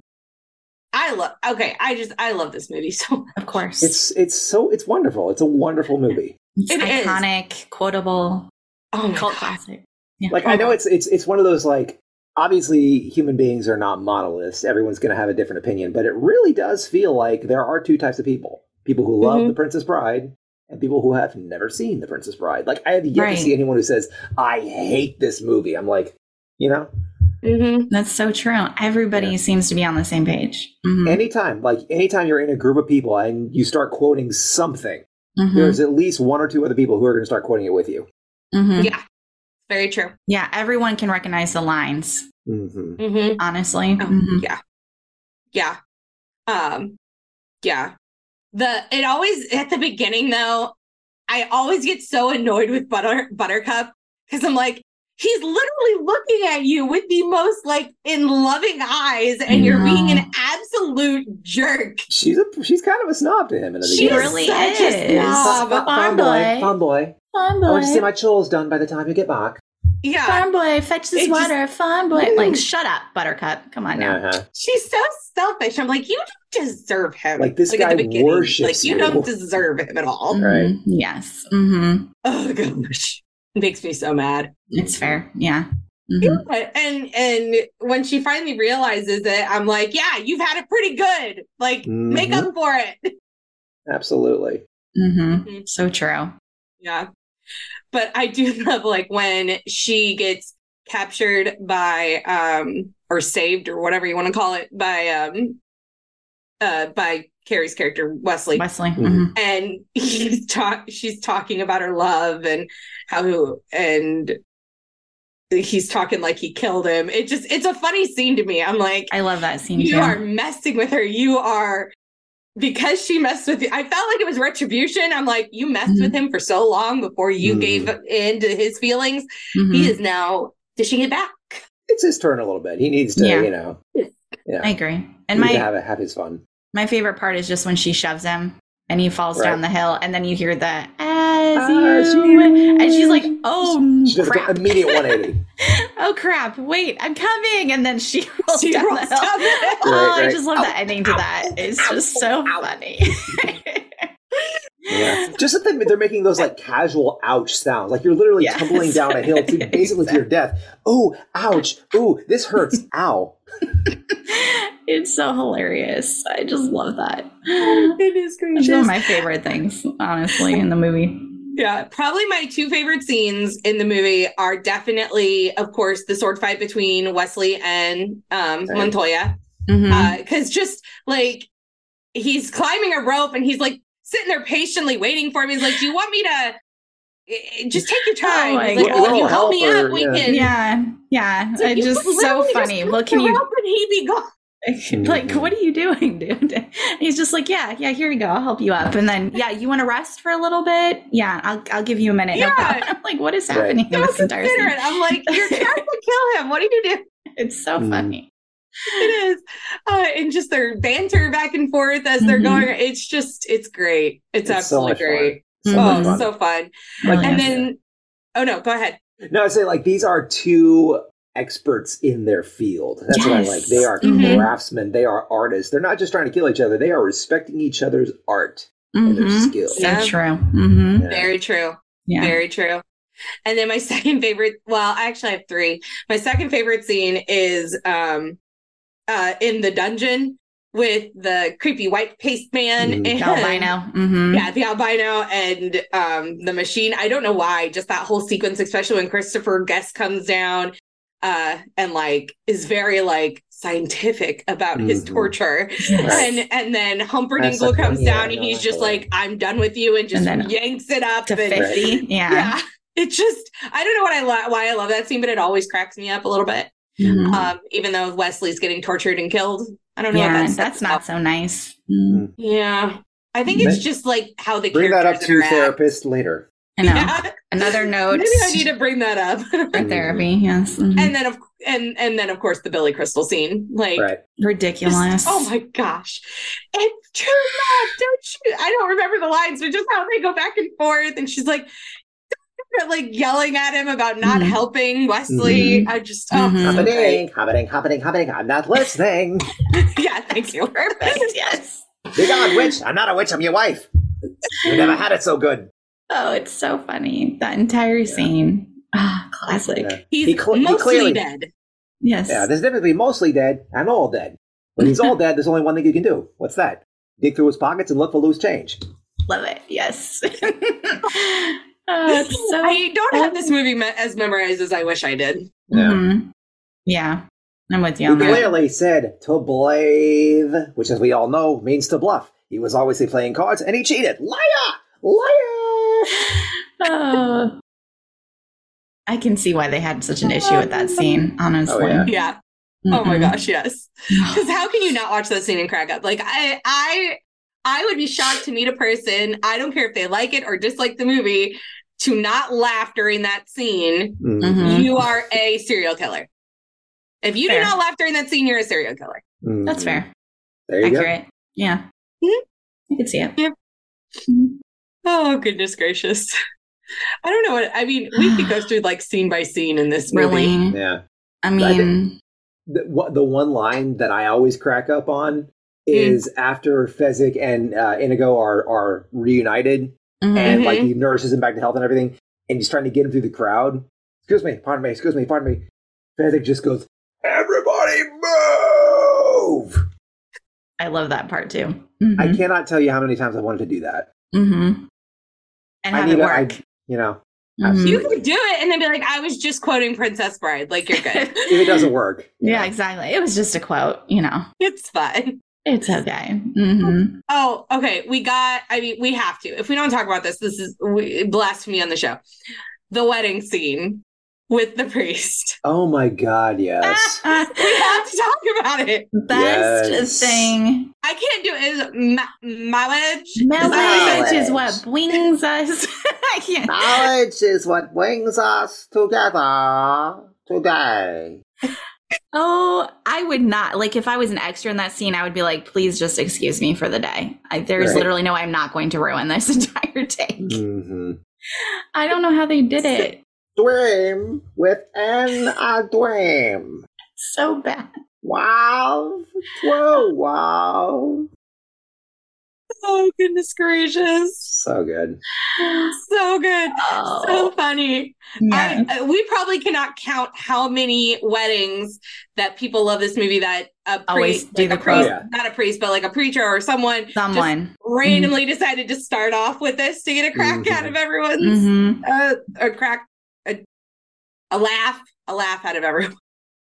I love. Okay, I just I love this movie so [laughs] Of course. It's it's so it's wonderful. It's a wonderful movie. It's It is. iconic, quotable, Oh my cult God. classic. Like I know Oh. it's it's it's one of those like obviously human beings are not monoliths. Everyone's going to have a different opinion, but it really does feel like there are two types of people: people who love Mm-hmm. Mhm. The Princess Bride and people who have never seen The Princess Bride. Like I have yet Right. to see anyone who says I hate this movie. I'm like, you know, Mhm. That's so true. Everybody Yeah. seems to be on the same page. Mhm. anytime like anytime you're in a group of people and you start quoting something, Mm-hmm. Mhm. there's at least one or two other people who are going to start quoting it with you. Mhm. Yeah, very true. Yeah, everyone can recognize the lines, Mm-hmm. hmm hmm honestly. Oh, Mhm. yeah. Yeah. Um yeah. The it always at the beginning though, I always get so annoyed with Butter Buttercup because I'm like, he's literally looking at you with the most like in loving eyes, and you're being know. an absolute jerk. She's a she's kind of a snob to him in the She beginning. really such a is. snob. Farm boy, farm boy. Farm I want to see my chores done by the time you get back. Yeah. Farm boy, fetch It this just- water. Farm boy. Like, Mm. shut up, Buttercup. Come on now. Uh-huh. She's so selfish. I'm like, you don't deserve him. Like, this at guy the beginning. worships Like you you. don't deserve him at all. Right. Mhm. Yes. hmm Oh gosh. Makes me so mad. It's fair. Yeah. Mhm. Yeah, and and when she finally realizes it, I'm like, yeah, you've had it pretty good. Like, make Mhm. up for it. [laughs] Absolutely. Mm-hmm. Mhm. So true. Yeah, but I do [laughs] love like when she gets captured by um or saved or whatever you want to call it by um uh by Carrie's character Wesley. Wesley. Mm-hmm. Mhm. and [laughs] he's talk she's talking about her love and how and he's talking like he killed him it just it's a funny scene to me i'm like I love that scene you too. are messing with her you are because she messed with you i felt like it was retribution i'm like you messed with him for so long before you Mhm. gave in to his feelings Mhm. he is now dishing it back It's his turn a little bit. He needs to, Yeah. you know, I agree. and And my have, have his fun. my favorite part is just when she shoves him and he falls Right. down the hill, and then you hear the as As you you wi-" and she's like, wish. "Oh She does crap! an [laughs] immediate 180. oh crap! Wait, I'm coming!" And then she [laughs] rolls She down rolls the hill. down the hill. Oh, Right, I right. just love the ending to that. It's just so funny. [laughs] yeah. Just that they- they're making those like casual ouch sounds. Like you're literally Yes. tumbling down a hill [laughs] to basically to your death. Oh, ouch. Ooh, this hurts. Ow. It's so hilarious. I just love that. Oh, goodness It's one of my favorite things, honestly, in the movie. Yeah, probably my two favorite scenes in the movie are definitely, of course, the sword fight between Wesley and um, Same. Montoya. Mm-hmm. Mhm. Because Uh, just like he's climbing a rope and he's like sitting there patiently waiting for him. He's like, "Do you want me to eh, eh, just take your time?" my he's like, "Well, if God. you help me Help up, her, we yeah. can." yeah, yeah. It's like, it's you just so literally just funny. climbed Well, can the [laughs] you rope and he be gone. like what are you doing [laughs] dude And he's just like yeah yeah here you go i'll help you up and then yeah you want to rest for a little bit yeah i'll, I'll give you a minute Yeah. no problem [laughs] i'm like what is Right. happening in So this entire considerate. scene? I'm like, "You're trying to kill him. What do you do?" it's so Mm. funny it is uh, and just their banter back and forth as they're Mhm. going it's just it's great it's, It's so absolutely much fun. great So Mhm. much oh fun. so fun Really and is. then Oh no, go ahead. No, I say like these are two experts in their field. That's what I Yes. like. They are Mhm. craftsmen. They are artists. They're not just trying to kill each other. They are respecting each other's art and their Mm-hmm. skill. So Yeah. true. Mm-hmm. Yeah. Very true. Yeah. Very true. And then my [laughs] second favorite, well, I actually have three. My second favorite scene is um uh in the dungeon with the creepy white paste man [laughs] Mhm. and Albino. Mm-hmm. Yeah, the albino and um the machine. I don't know why, just that whole sequence, especially when Christopher Guest comes down uh and like is very like scientific about his Mhm. torture. Right. And and then That's Humperdingle like, comes yeah, down I and know he's that just one. like, I'm done with you and just then yanks it up To and 50. Yeah. yeah. [laughs] It just I don't know what I lo- why I love that scene, but it always cracks me up a little bit. Mhm. Um, even though Wesley's getting tortured and killed. I don't know Yeah. if That's, that's not so nice. Mm. Yeah. I think it's Ma- just like how the Bring that up characters to your interact. therapist later. [laughs] I know. Yeah. Another note. Maybe I need to bring that up. [laughs] Mm-hmm. for therapy. Yes. Mhm. and then of and and then of course the Billy Crystal scene. Like Right. just- Ridiculous. oh my gosh. It's true love, don't you? I don't remember the lines, but just how they go back and forth and she's like [laughs] like yelling at him about not Mhm. helping Wesley. I just oh Mhm. Mm-hmm. so great. Happening, happening, happening, happening. I'm not listening. [laughs] yeah, thank you. Perfect. Yes. Be gone, witch. I'm not a witch. I'm your wife. You never had it so good. Oh, it's so funny. That entire scene. Ah, classic. Yeah. [laughs] He's He cle- he mostly clearly- dead. Yes. Yeah, there's definitely mostly dead and all dead. When he's all dead, there's only one thing you can do. What's that? Dig through his pockets and look for loose change. Love it. Yes. [laughs] oh, it's so. I don't have this movie me- as memorized as I wish I did. Mhm. yeah. I'm with you He on that. clearly said to blave, which, as we all know, means to bluff. He was obviously playing cards and he cheated. Liar! Liar! Oh. I can see why they had such an issue with that scene, honestly. yeah. Yeah. Oh my Mhm. gosh, [sighs] yes. Yeah. Because how can you not watch that scene and crack up? Like I, I, I would be shocked to meet a person. I don't care if they like it or dislike the movie, to not laugh during that scene. Mm-hmm. Mm, Mhm. You are a serial killer. If you Fair. do not laugh during that scene, you're a serial killer. mm. Mm-hmm. That's fair. There you go. Accurate. Yeah. Mhm. Mm-hmm. I can see it. Yeah. Oh goodness gracious! I don't know what I mean. We [sighs] could go through like scene by scene in this movie. Really? Yeah. I I mean, The, what, the one line that I always crack up on Hmm. is after Fezzik and uh, Inigo are, are reunited, mhm. and like he nourishes him back to health and everything, and he's trying to get him through the crowd. Excuse me, pardon me, excuse me, pardon me. Fezzik just goes, Everybody move! I love that part too. I Mhm. cannot tell you how many times I wanted to do that. Mhm. And I have need it a- I- work. You know, Mhm. absolutely. You could do it and then be like, "I was just quoting Princess Bride." Like you're [laughs] good. [laughs] if it doesn't work, you Yeah, know. exactly. It was just a quote, you know. it's fine. It's okay. hmm Oh, okay. We got, I mean, we have to. If we don't talk about this, this is we, blasphemy on the show. The wedding scene with the priest. [laughs] Oh my god, yes. We have to talk about it. [laughs] Best Yes. thing. I can't do it. Is ma- Oh, marriage? Is that how you say Marriage it? is what wings us. I can't. Knowledge is what brings us together today. Oh, I would not. Like, if I was an extra in that scene, I would be like, please just excuse me for the day. I, there's Right. literally no way I'm not going to ruin this [laughs] entire day. Mm-hmm. I don't know how they did it. Dream within a dream. So bad. Wow, whoa, wow. Oh, goodness gracious. So good. So good. So Oh, funny. yeah. I, I- we probably cannot count how many weddings that people love this movie that a priest, Always do like the a priest, quote. not a priest, but like a preacher or someone Someone. Mm-hmm. randomly decided to start off with this to get a crack out of everyone's hmm Mm-hmm. uh, a crack a, a laugh a laugh out of everyone.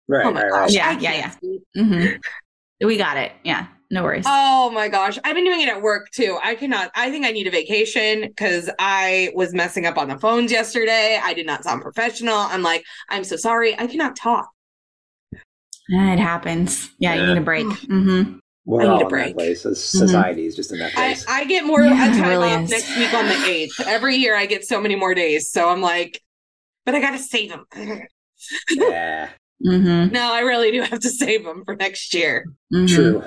Right, oh my right, gosh! right. Yeah, I yeah, can't yeah. speak. hmm We got it. Yeah. No worries. Oh my gosh! I've been doing it at work too. I cannot. I think I need a vacation because I was messing up on the phones yesterday. I did not sound professional. I'm like, I'm so sorry. I cannot talk. it happens. Yeah, you Yeah. need a break. hmm We're I need all a in break. Mm-hmm. that place. So- Society is just in I, that place. I get more Yeah, time it really off is. next week on the eighth. Every year I get so many more days. So I'm like, but I gotta save them. Mm-hmm. yeah, hmm no, I really do have to save them for next year. Mm. Mm-hmm. true.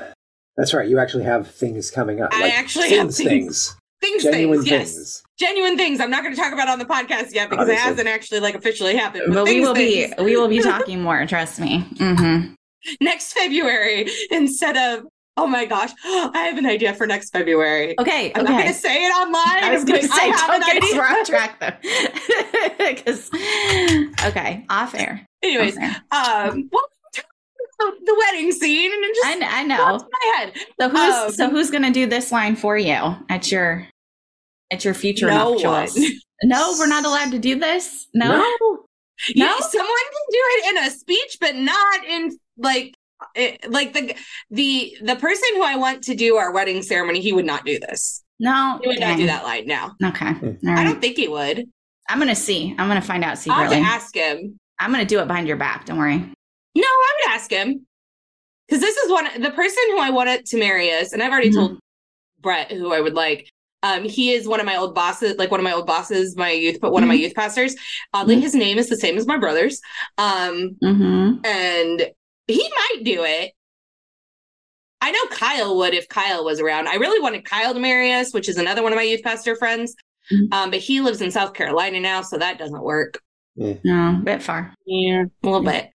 That's right. You actually have things coming up. I like actually have sins things. [laughs] things. Things, Genuine things, yes. things. Genuine things. I'm not going to talk about on the podcast yet because Obviously. it hasn't actually like officially happened. But we things, will be things. we [laughs] will be talking more. Trust me. hmm next February instead of oh my gosh, [gasps] I have an idea for next February. Okay. I'm not okay. gonna say it online. I was I'm going to like, say, [laughs] I have don't an get us idea. wrong track though. [laughs] 'Cause- okay, off air. [laughs] Anyways, Off air. um, [laughs] well, the wedding scene and it just I, kn- I popped know. in my head. So who's Um, so who's going to do this line for you at your at your future No nuptials? one. No, we're not allowed to do this. No, [laughs] Yeah, No? someone can do it in a speech, but not in like it, like the the the person who I want to do our wedding ceremony. He would not do this. no. He would not dang. do that line. No, Okay, all I right. don't think he would. I'm going to see. I'm going to find out I'll have to secretly. ask him. I'm going to do it behind your back. Don't worry. No, I would ask him because this is one the person who I wanted to marry is, and I've already Mhm. told Brett who I would like. Um, he is one of my old bosses, like one of my old bosses, my youth, but one of my Mm-hmm. youth pastors. Oddly, his name is the same as my brother's. Um, Mm-hmm. and he might do it. I know Kyle would if Kyle was around. I really wanted Kyle to marry us, which is another one of my youth pastor friends. Mhm. Um, but he lives in South Carolina now, so that doesn't work. No, bit far. Yeah, a little bit.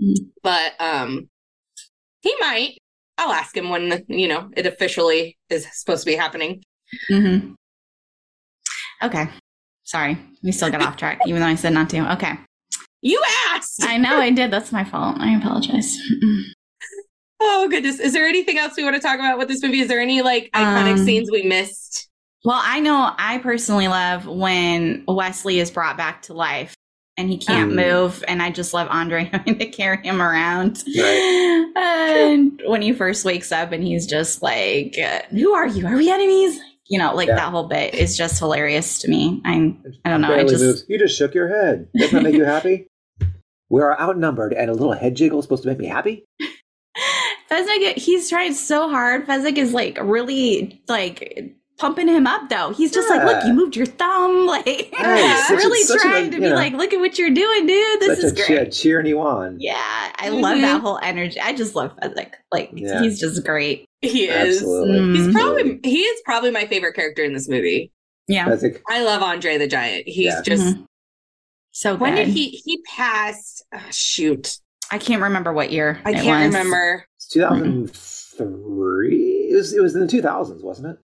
Mhm. But um, he might. I'll ask him when you know it officially is supposed to be happening. Mm-hmm. Okay, sorry. We still got off [laughs] track, even though I said not to. Okay. You asked. I know I did. That's my fault. I apologize. Oh goodness! Is there anything else we want to talk about with this movie? Is there any like iconic Um, scenes we missed? well, I know I personally love when Wesley is brought back to life and he can't Mm. move, and I just love Andre [laughs] having to carry him around. Right. [laughs] And when he first wakes up and he's just like, uh, "Who are you? Are we enemies?" You know, like Yeah. that whole bit is just hilarious to me. I'm, I don't know. I Barely just moves. You just shook your head. Doesn't that [laughs] make you happy? We are outnumbered, and a little head jiggle is supposed to make me happy. Fezzik, he's trying so hard. Fezzik is like really like pumping him up though. He's just like, look, Yeah. you moved your thumb. [laughs] Like Hey, such a- really such a, trying to be yeah. like, look at what you're doing, dude. This Such is a great. cheer- cheering you on. Yeah. I love Mhm. that whole energy. I just love Fezzik. Like Yeah. he's just great. He is. Absolutely. Mm. He's probably Absolutely. he is probably my favorite character in this movie. Yeah. I think I love Andre the Giant. He's Yeah. just Mhm. So good. when did he he passed? oh, shoot, I can't remember what year. I it can't was. remember. it's 2003. It was, it was in the 2000s, wasn't it?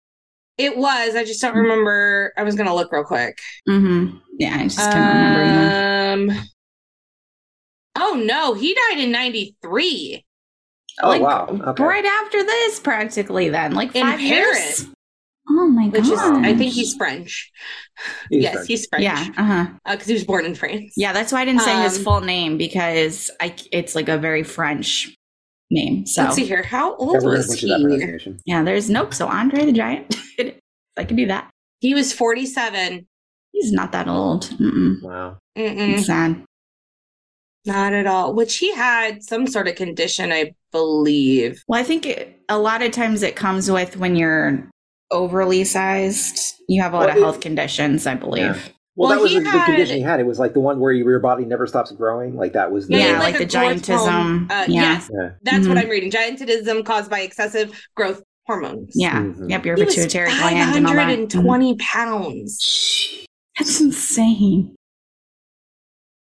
It was. I just don't Mm-hmm. remember. I was gonna look real quick. Mhm. Yeah, I just Uh, couldn't remember either. Um, Oh no, he died in '93. Oh, Like, wow. Okay. Right after this, practically then. Like In five Paris. years. Oh my god. Which is, I think Gosh. he's French. He's yes, French. he's French. Yeah. Uh huh. because he was born in France. Yeah, that's why I didn't say his Um, full name because I c it's like a very French name. So Let's see here. How Yeah, old we're gonna was butcher that he? pronunciation. yeah, there's nope. So Andre the Giant, [laughs] I can do that. He was 47. He's not that old. Mm-mm. Wow. Mm-mm, It's sad. not at all. Which he had some sort of condition, I believe. Well, I think it, a lot of times it comes with when you're overly sized. You have a lot Well, of it- health conditions, I believe. Yeah. Well, Well, that was he the, the had- condition he had. It was like the one where your body never stops growing. Like that was the. Yeah, had, like a the growth hormone- giantism. Uh, Yeah. Yes, Yeah. that's what Mhm. I'm reading. Giantism caused by excessive growth hormones. Yeah. Mhm. Yep. Your He was pituitary gland and all that. Mhm. 520 pounds. That's insane.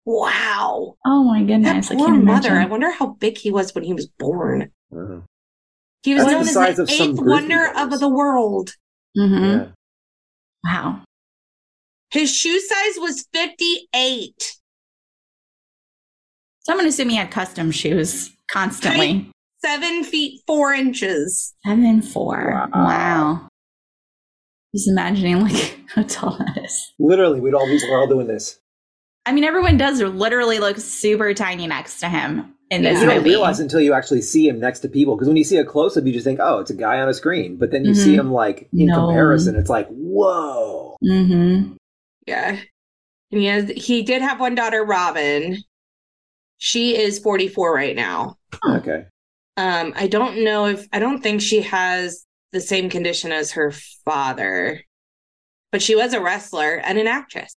Wow. Oh my goodness. that I poor can't mother. I imagine. wonder how big he was when he was born. Wow. He was That's known the as size the of some eighth Griffey wonder of brothers. the world. hmm Yeah. Wow. His shoe size was 58. So I'm gonna assume he had custom shoes constantly. Seven feet four inches. Seven four. Wow. Wow. Just imagining like [laughs] how tall that is. Literally, we'd all be we're all doing this. I mean, everyone does literally look super tiny next to him in Yeah. this You don't movie. realize until you actually see him next to people. Because when you see a close up, you just think, "Oh, it's a guy on a screen." But then you see Mhm. him like in No. comparison, it's like, "Whoa!" Mm-hmm. Yeah. And he has he did have one daughter, Robin. She is 44 right now. Okay. Um, I don't know if I don't think she has the same condition as her father. But she was a wrestler and an actress.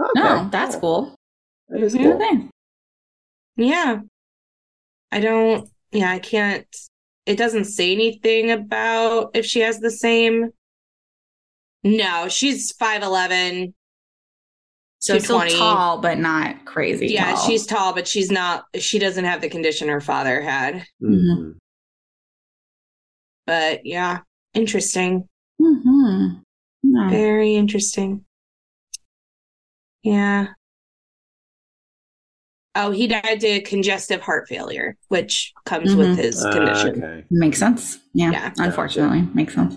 okay. No, that's cool. That is Mhm. cool. Okay. Yeah. I don't yeah, I can't it doesn't say anything about if she has the same No, she's 5'11. So still 220. tall, but not crazy. Yeah, tall. she's tall, but she's not, she doesn't have the condition her father had. Mm-hmm. Mhm. But yeah, interesting. hmm No. Very interesting. Yeah. Oh, he died to congestive heart failure, which comes with Mhm. his Ah, condition. okay. Makes sense. Yeah. Yeah. unfortunately, makes sense.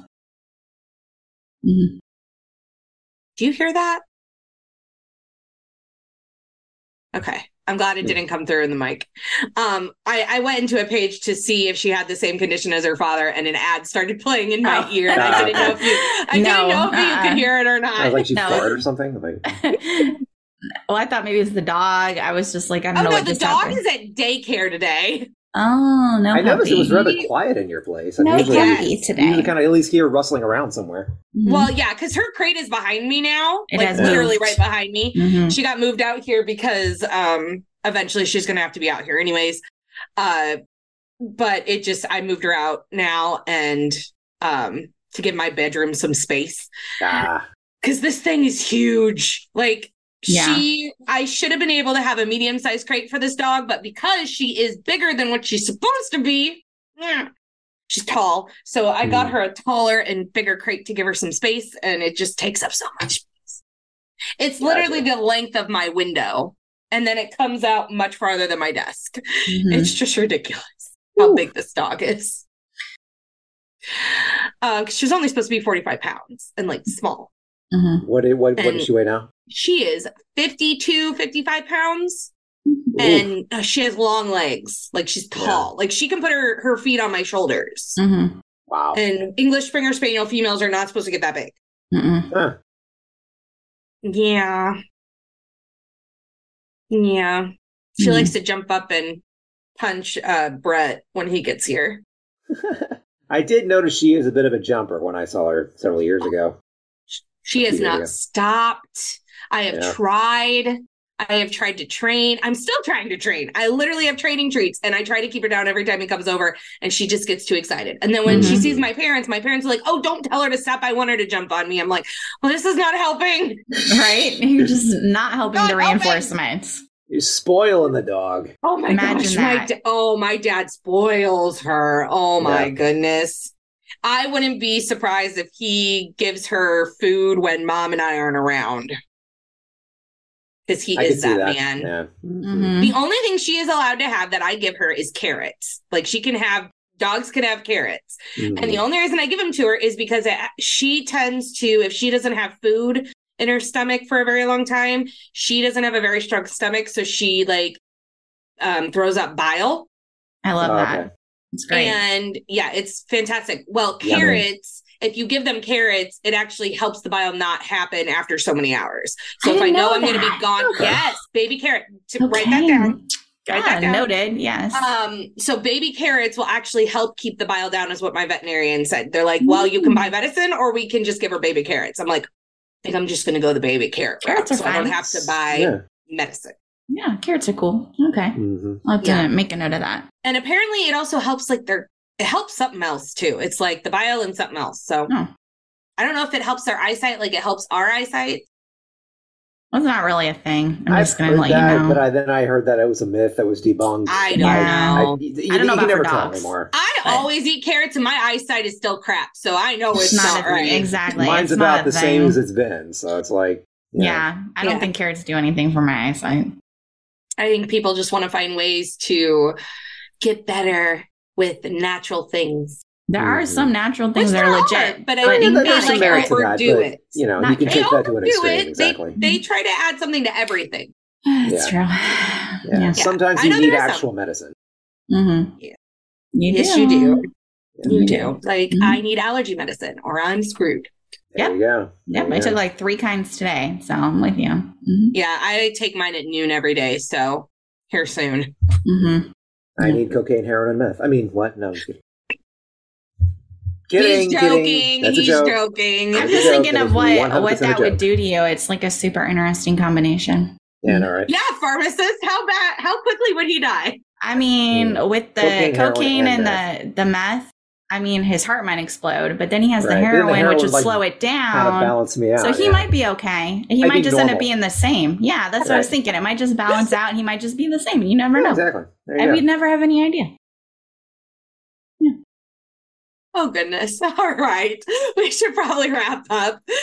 Mhm. Do you hear that? Okay. I'm glad Hmm. it didn't come through in the mic. Um, I, I went into a page to see if she had the same condition as her father, and an ad started playing in my Oh. ear. And I didn't know if you, I No, didn't know if you uh-uh. could hear it or Ah, I not. was like, she No. farted or something. Like, [laughs] well, I thought maybe it was the dog. I was just like, I don't oh know no, what the just dog happened. is at daycare today. Oh no, I noticed it was puppy. rather quiet in your place. no usually, cat puppy you today. usually kind of at least hear rustling around somewhere. Mhm. Well, yeah, because her crate is behind me now. It like has literally moved. right behind me. Mhm. She got moved out here because um eventually she's gonna have to be out here anyways. Uh but it just I moved her out now and um to give my bedroom some space. Ah, Cause this thing is huge. Like Yeah. she I should have been able to have a medium sized crate for this dog, but because she is bigger than what she's supposed to be, yeah, she's tall. So I got Mm. her a taller and bigger crate to give her some space, and it just takes up so much space. It's literally the length of my window, and then it comes out much farther than my desk. Mhm. It's just ridiculous how Ooh. big this dog is. Uh, 'cause she was only supposed to be 45 pounds and like small. Mhm. what did what, what did And- she weigh now? She is 52, 55 pounds Ooh, and uh, she has long legs like she's Yeah. Mm-hmm. tall like she can put her her feet on my shoulders Mhm. wow. and english springer spaniel females are not supposed to get that big Mhm. Huh. yeah yeah she Mm-hmm. Mhm. likes to jump up and punch uh brett when he gets here Mm-hmm. [laughs] I did notice she is a bit of a jumper when I saw her several years ago. she has Yeah, not yeah. stopped i have Yeah. tried i have tried to train i'm still trying to train i literally have training treats and i try to keep her down every time he comes over and she just gets too excited and then when she Mm-hmm. Mhm. sees my parents my parents are like oh don't tell her to stop i want her to jump on me i'm like well this is not helping [laughs] Right? [laughs] You're just not helping Not the helping. reinforcements. You're spoiling the dog. oh my Imagine gosh my that. da- oh my dad spoils her oh my Yeah. goodness i wouldn't be surprised if he gives her food when mom and i aren't around because he I can is see that, that. man Yeah. Mm-hmm. Mhm. The only thing she is allowed to have that I give her is carrots. Like she can have dogs can have carrots. Mm-hmm. Mhm. And the only reason I give them to her is because it, she tends to if she doesn't have food in her stomach for a very long time, she doesn't have a very strong stomach so she like um throws up bile. I love Oh, that. okay. It's great. And yeah, it's fantastic. Well, Yummy. carrots if you give them carrots, it actually helps the bile not happen after so many hours. So I if I didn't know, know I'm going to that. be gone, Okay. yes, baby carrot. To okay. Write that down. Write Yeah, that down. noted. Yes. Um, so baby carrots will actually help keep the bile down, is what my veterinarian said. They're like, well, you can buy Mm. medicine or we can just give her baby carrots. I'm like, I think I'm just gonna go the baby carrot route, Carrots are so I don't fine. have to buy Yeah. medicine. yeah, carrots are cool. Okay. Mhm. I'll have to Yeah. make a note of that. And apparently it also helps like their it helps something else too. It's like the bile and something else. So Oh. I don't know if it helps their eyesight, like it helps our eyesight. That's not really a thing. I'm I've just going heard to let that, you know. but I, then I heard that it was a myth that was debunked. I don't Yeah. know. you, I don't know about you can for never tell dogs. anymore. I But- always eat carrots and my eyesight is still crap, so I know it's, not, not a thing. right. Exactly. Mine's It's not about a the thing. same as it's been, so it's like Yeah. yeah. I don't Yeah. think carrots do anything for my eyesight. I think people just want to find ways to get better with natural things. There are Mhm. some natural things Which that are there legit. are, but I but think you There- they there's some like can't merit to that, overdo but, it. You know, Not- you can They take that to an overdo extreme. it. Exactly. They they try to add something to everything. It's [sighs] Yeah. true. yeah. Yeah. Sometimes I you know need there are some. actual medicine. Mm-hmm. Yeah. You yes, do. you do. Yeah. You do. Like Mm-hmm. Mhm. I need allergy medicine, or I'm screwed. There you go. Yep. There I you took go. like three kinds today. So I'm with you. hmm Yeah, I take mine at noon every day. So here soon. hmm I need cocaine, heroin, and meth. I mean, what? No, I'm just kidding. Kidding, He's kidding. joking. That's He's a joke. joking. I'm [laughs] It's a just joke. thinking It of is what, 100% what a that would joke. do to you. It's like a super interesting combination. Yeah, all right. Yeah, pharmacist. How bad? How quickly would he die? I mean, with the Cocaine, cocaine, heroin, and and, the the meth, I mean, his heart might explode, but then he has Right. the, Then the heroin, heroin, which would like, slow it kind of down. balance me out. So he yeah. might be okay. He I'd be might just end normal. up being the same. Yeah, that's what I was Right. thinking. It might just balance out and he might just be the same. You never Yeah, know. Exactly. There you And go. we'd never have any idea. Oh goodness. [laughs] All right. We should probably wrap up. [laughs]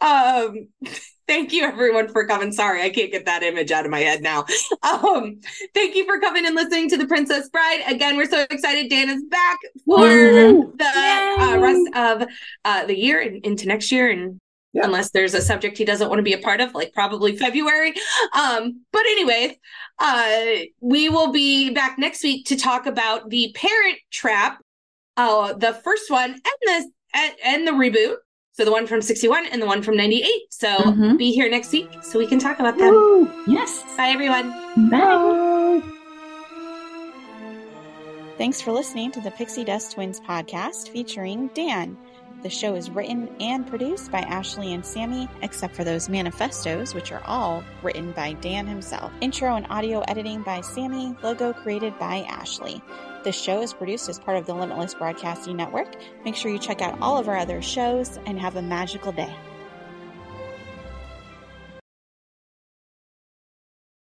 um [laughs] thank you everyone for coming. Sorry, I can't get that image out of my head now. [laughs] Um thank you for coming and listening to The Princess Bride. Again, we're so excited Dan is back for Mhm. the uh, rest of uh the year and into next year and Yeah. unless there's a subject he doesn't want to be a part of like probably February. Um but anyways, uh we will be back next week to talk about the Parent Trap, uh, the first one and the and, and the reboot. So the one from sixty one and the one from ninety eight. So Mhm. be here next week so we can talk about them. Yes. Bye everyone. Bye. Thanks for listening to the Pixie Dust Twins podcast featuring Dan. The show is written and produced by Ashley and Sammy, except for those manifestos, which are all written by Dan himself. Intro and audio editing by Sammy, logo created by Ashley. This show is produced as part of the Limitless Broadcasting Network. Make sure you check out all of our other shows and have a magical day.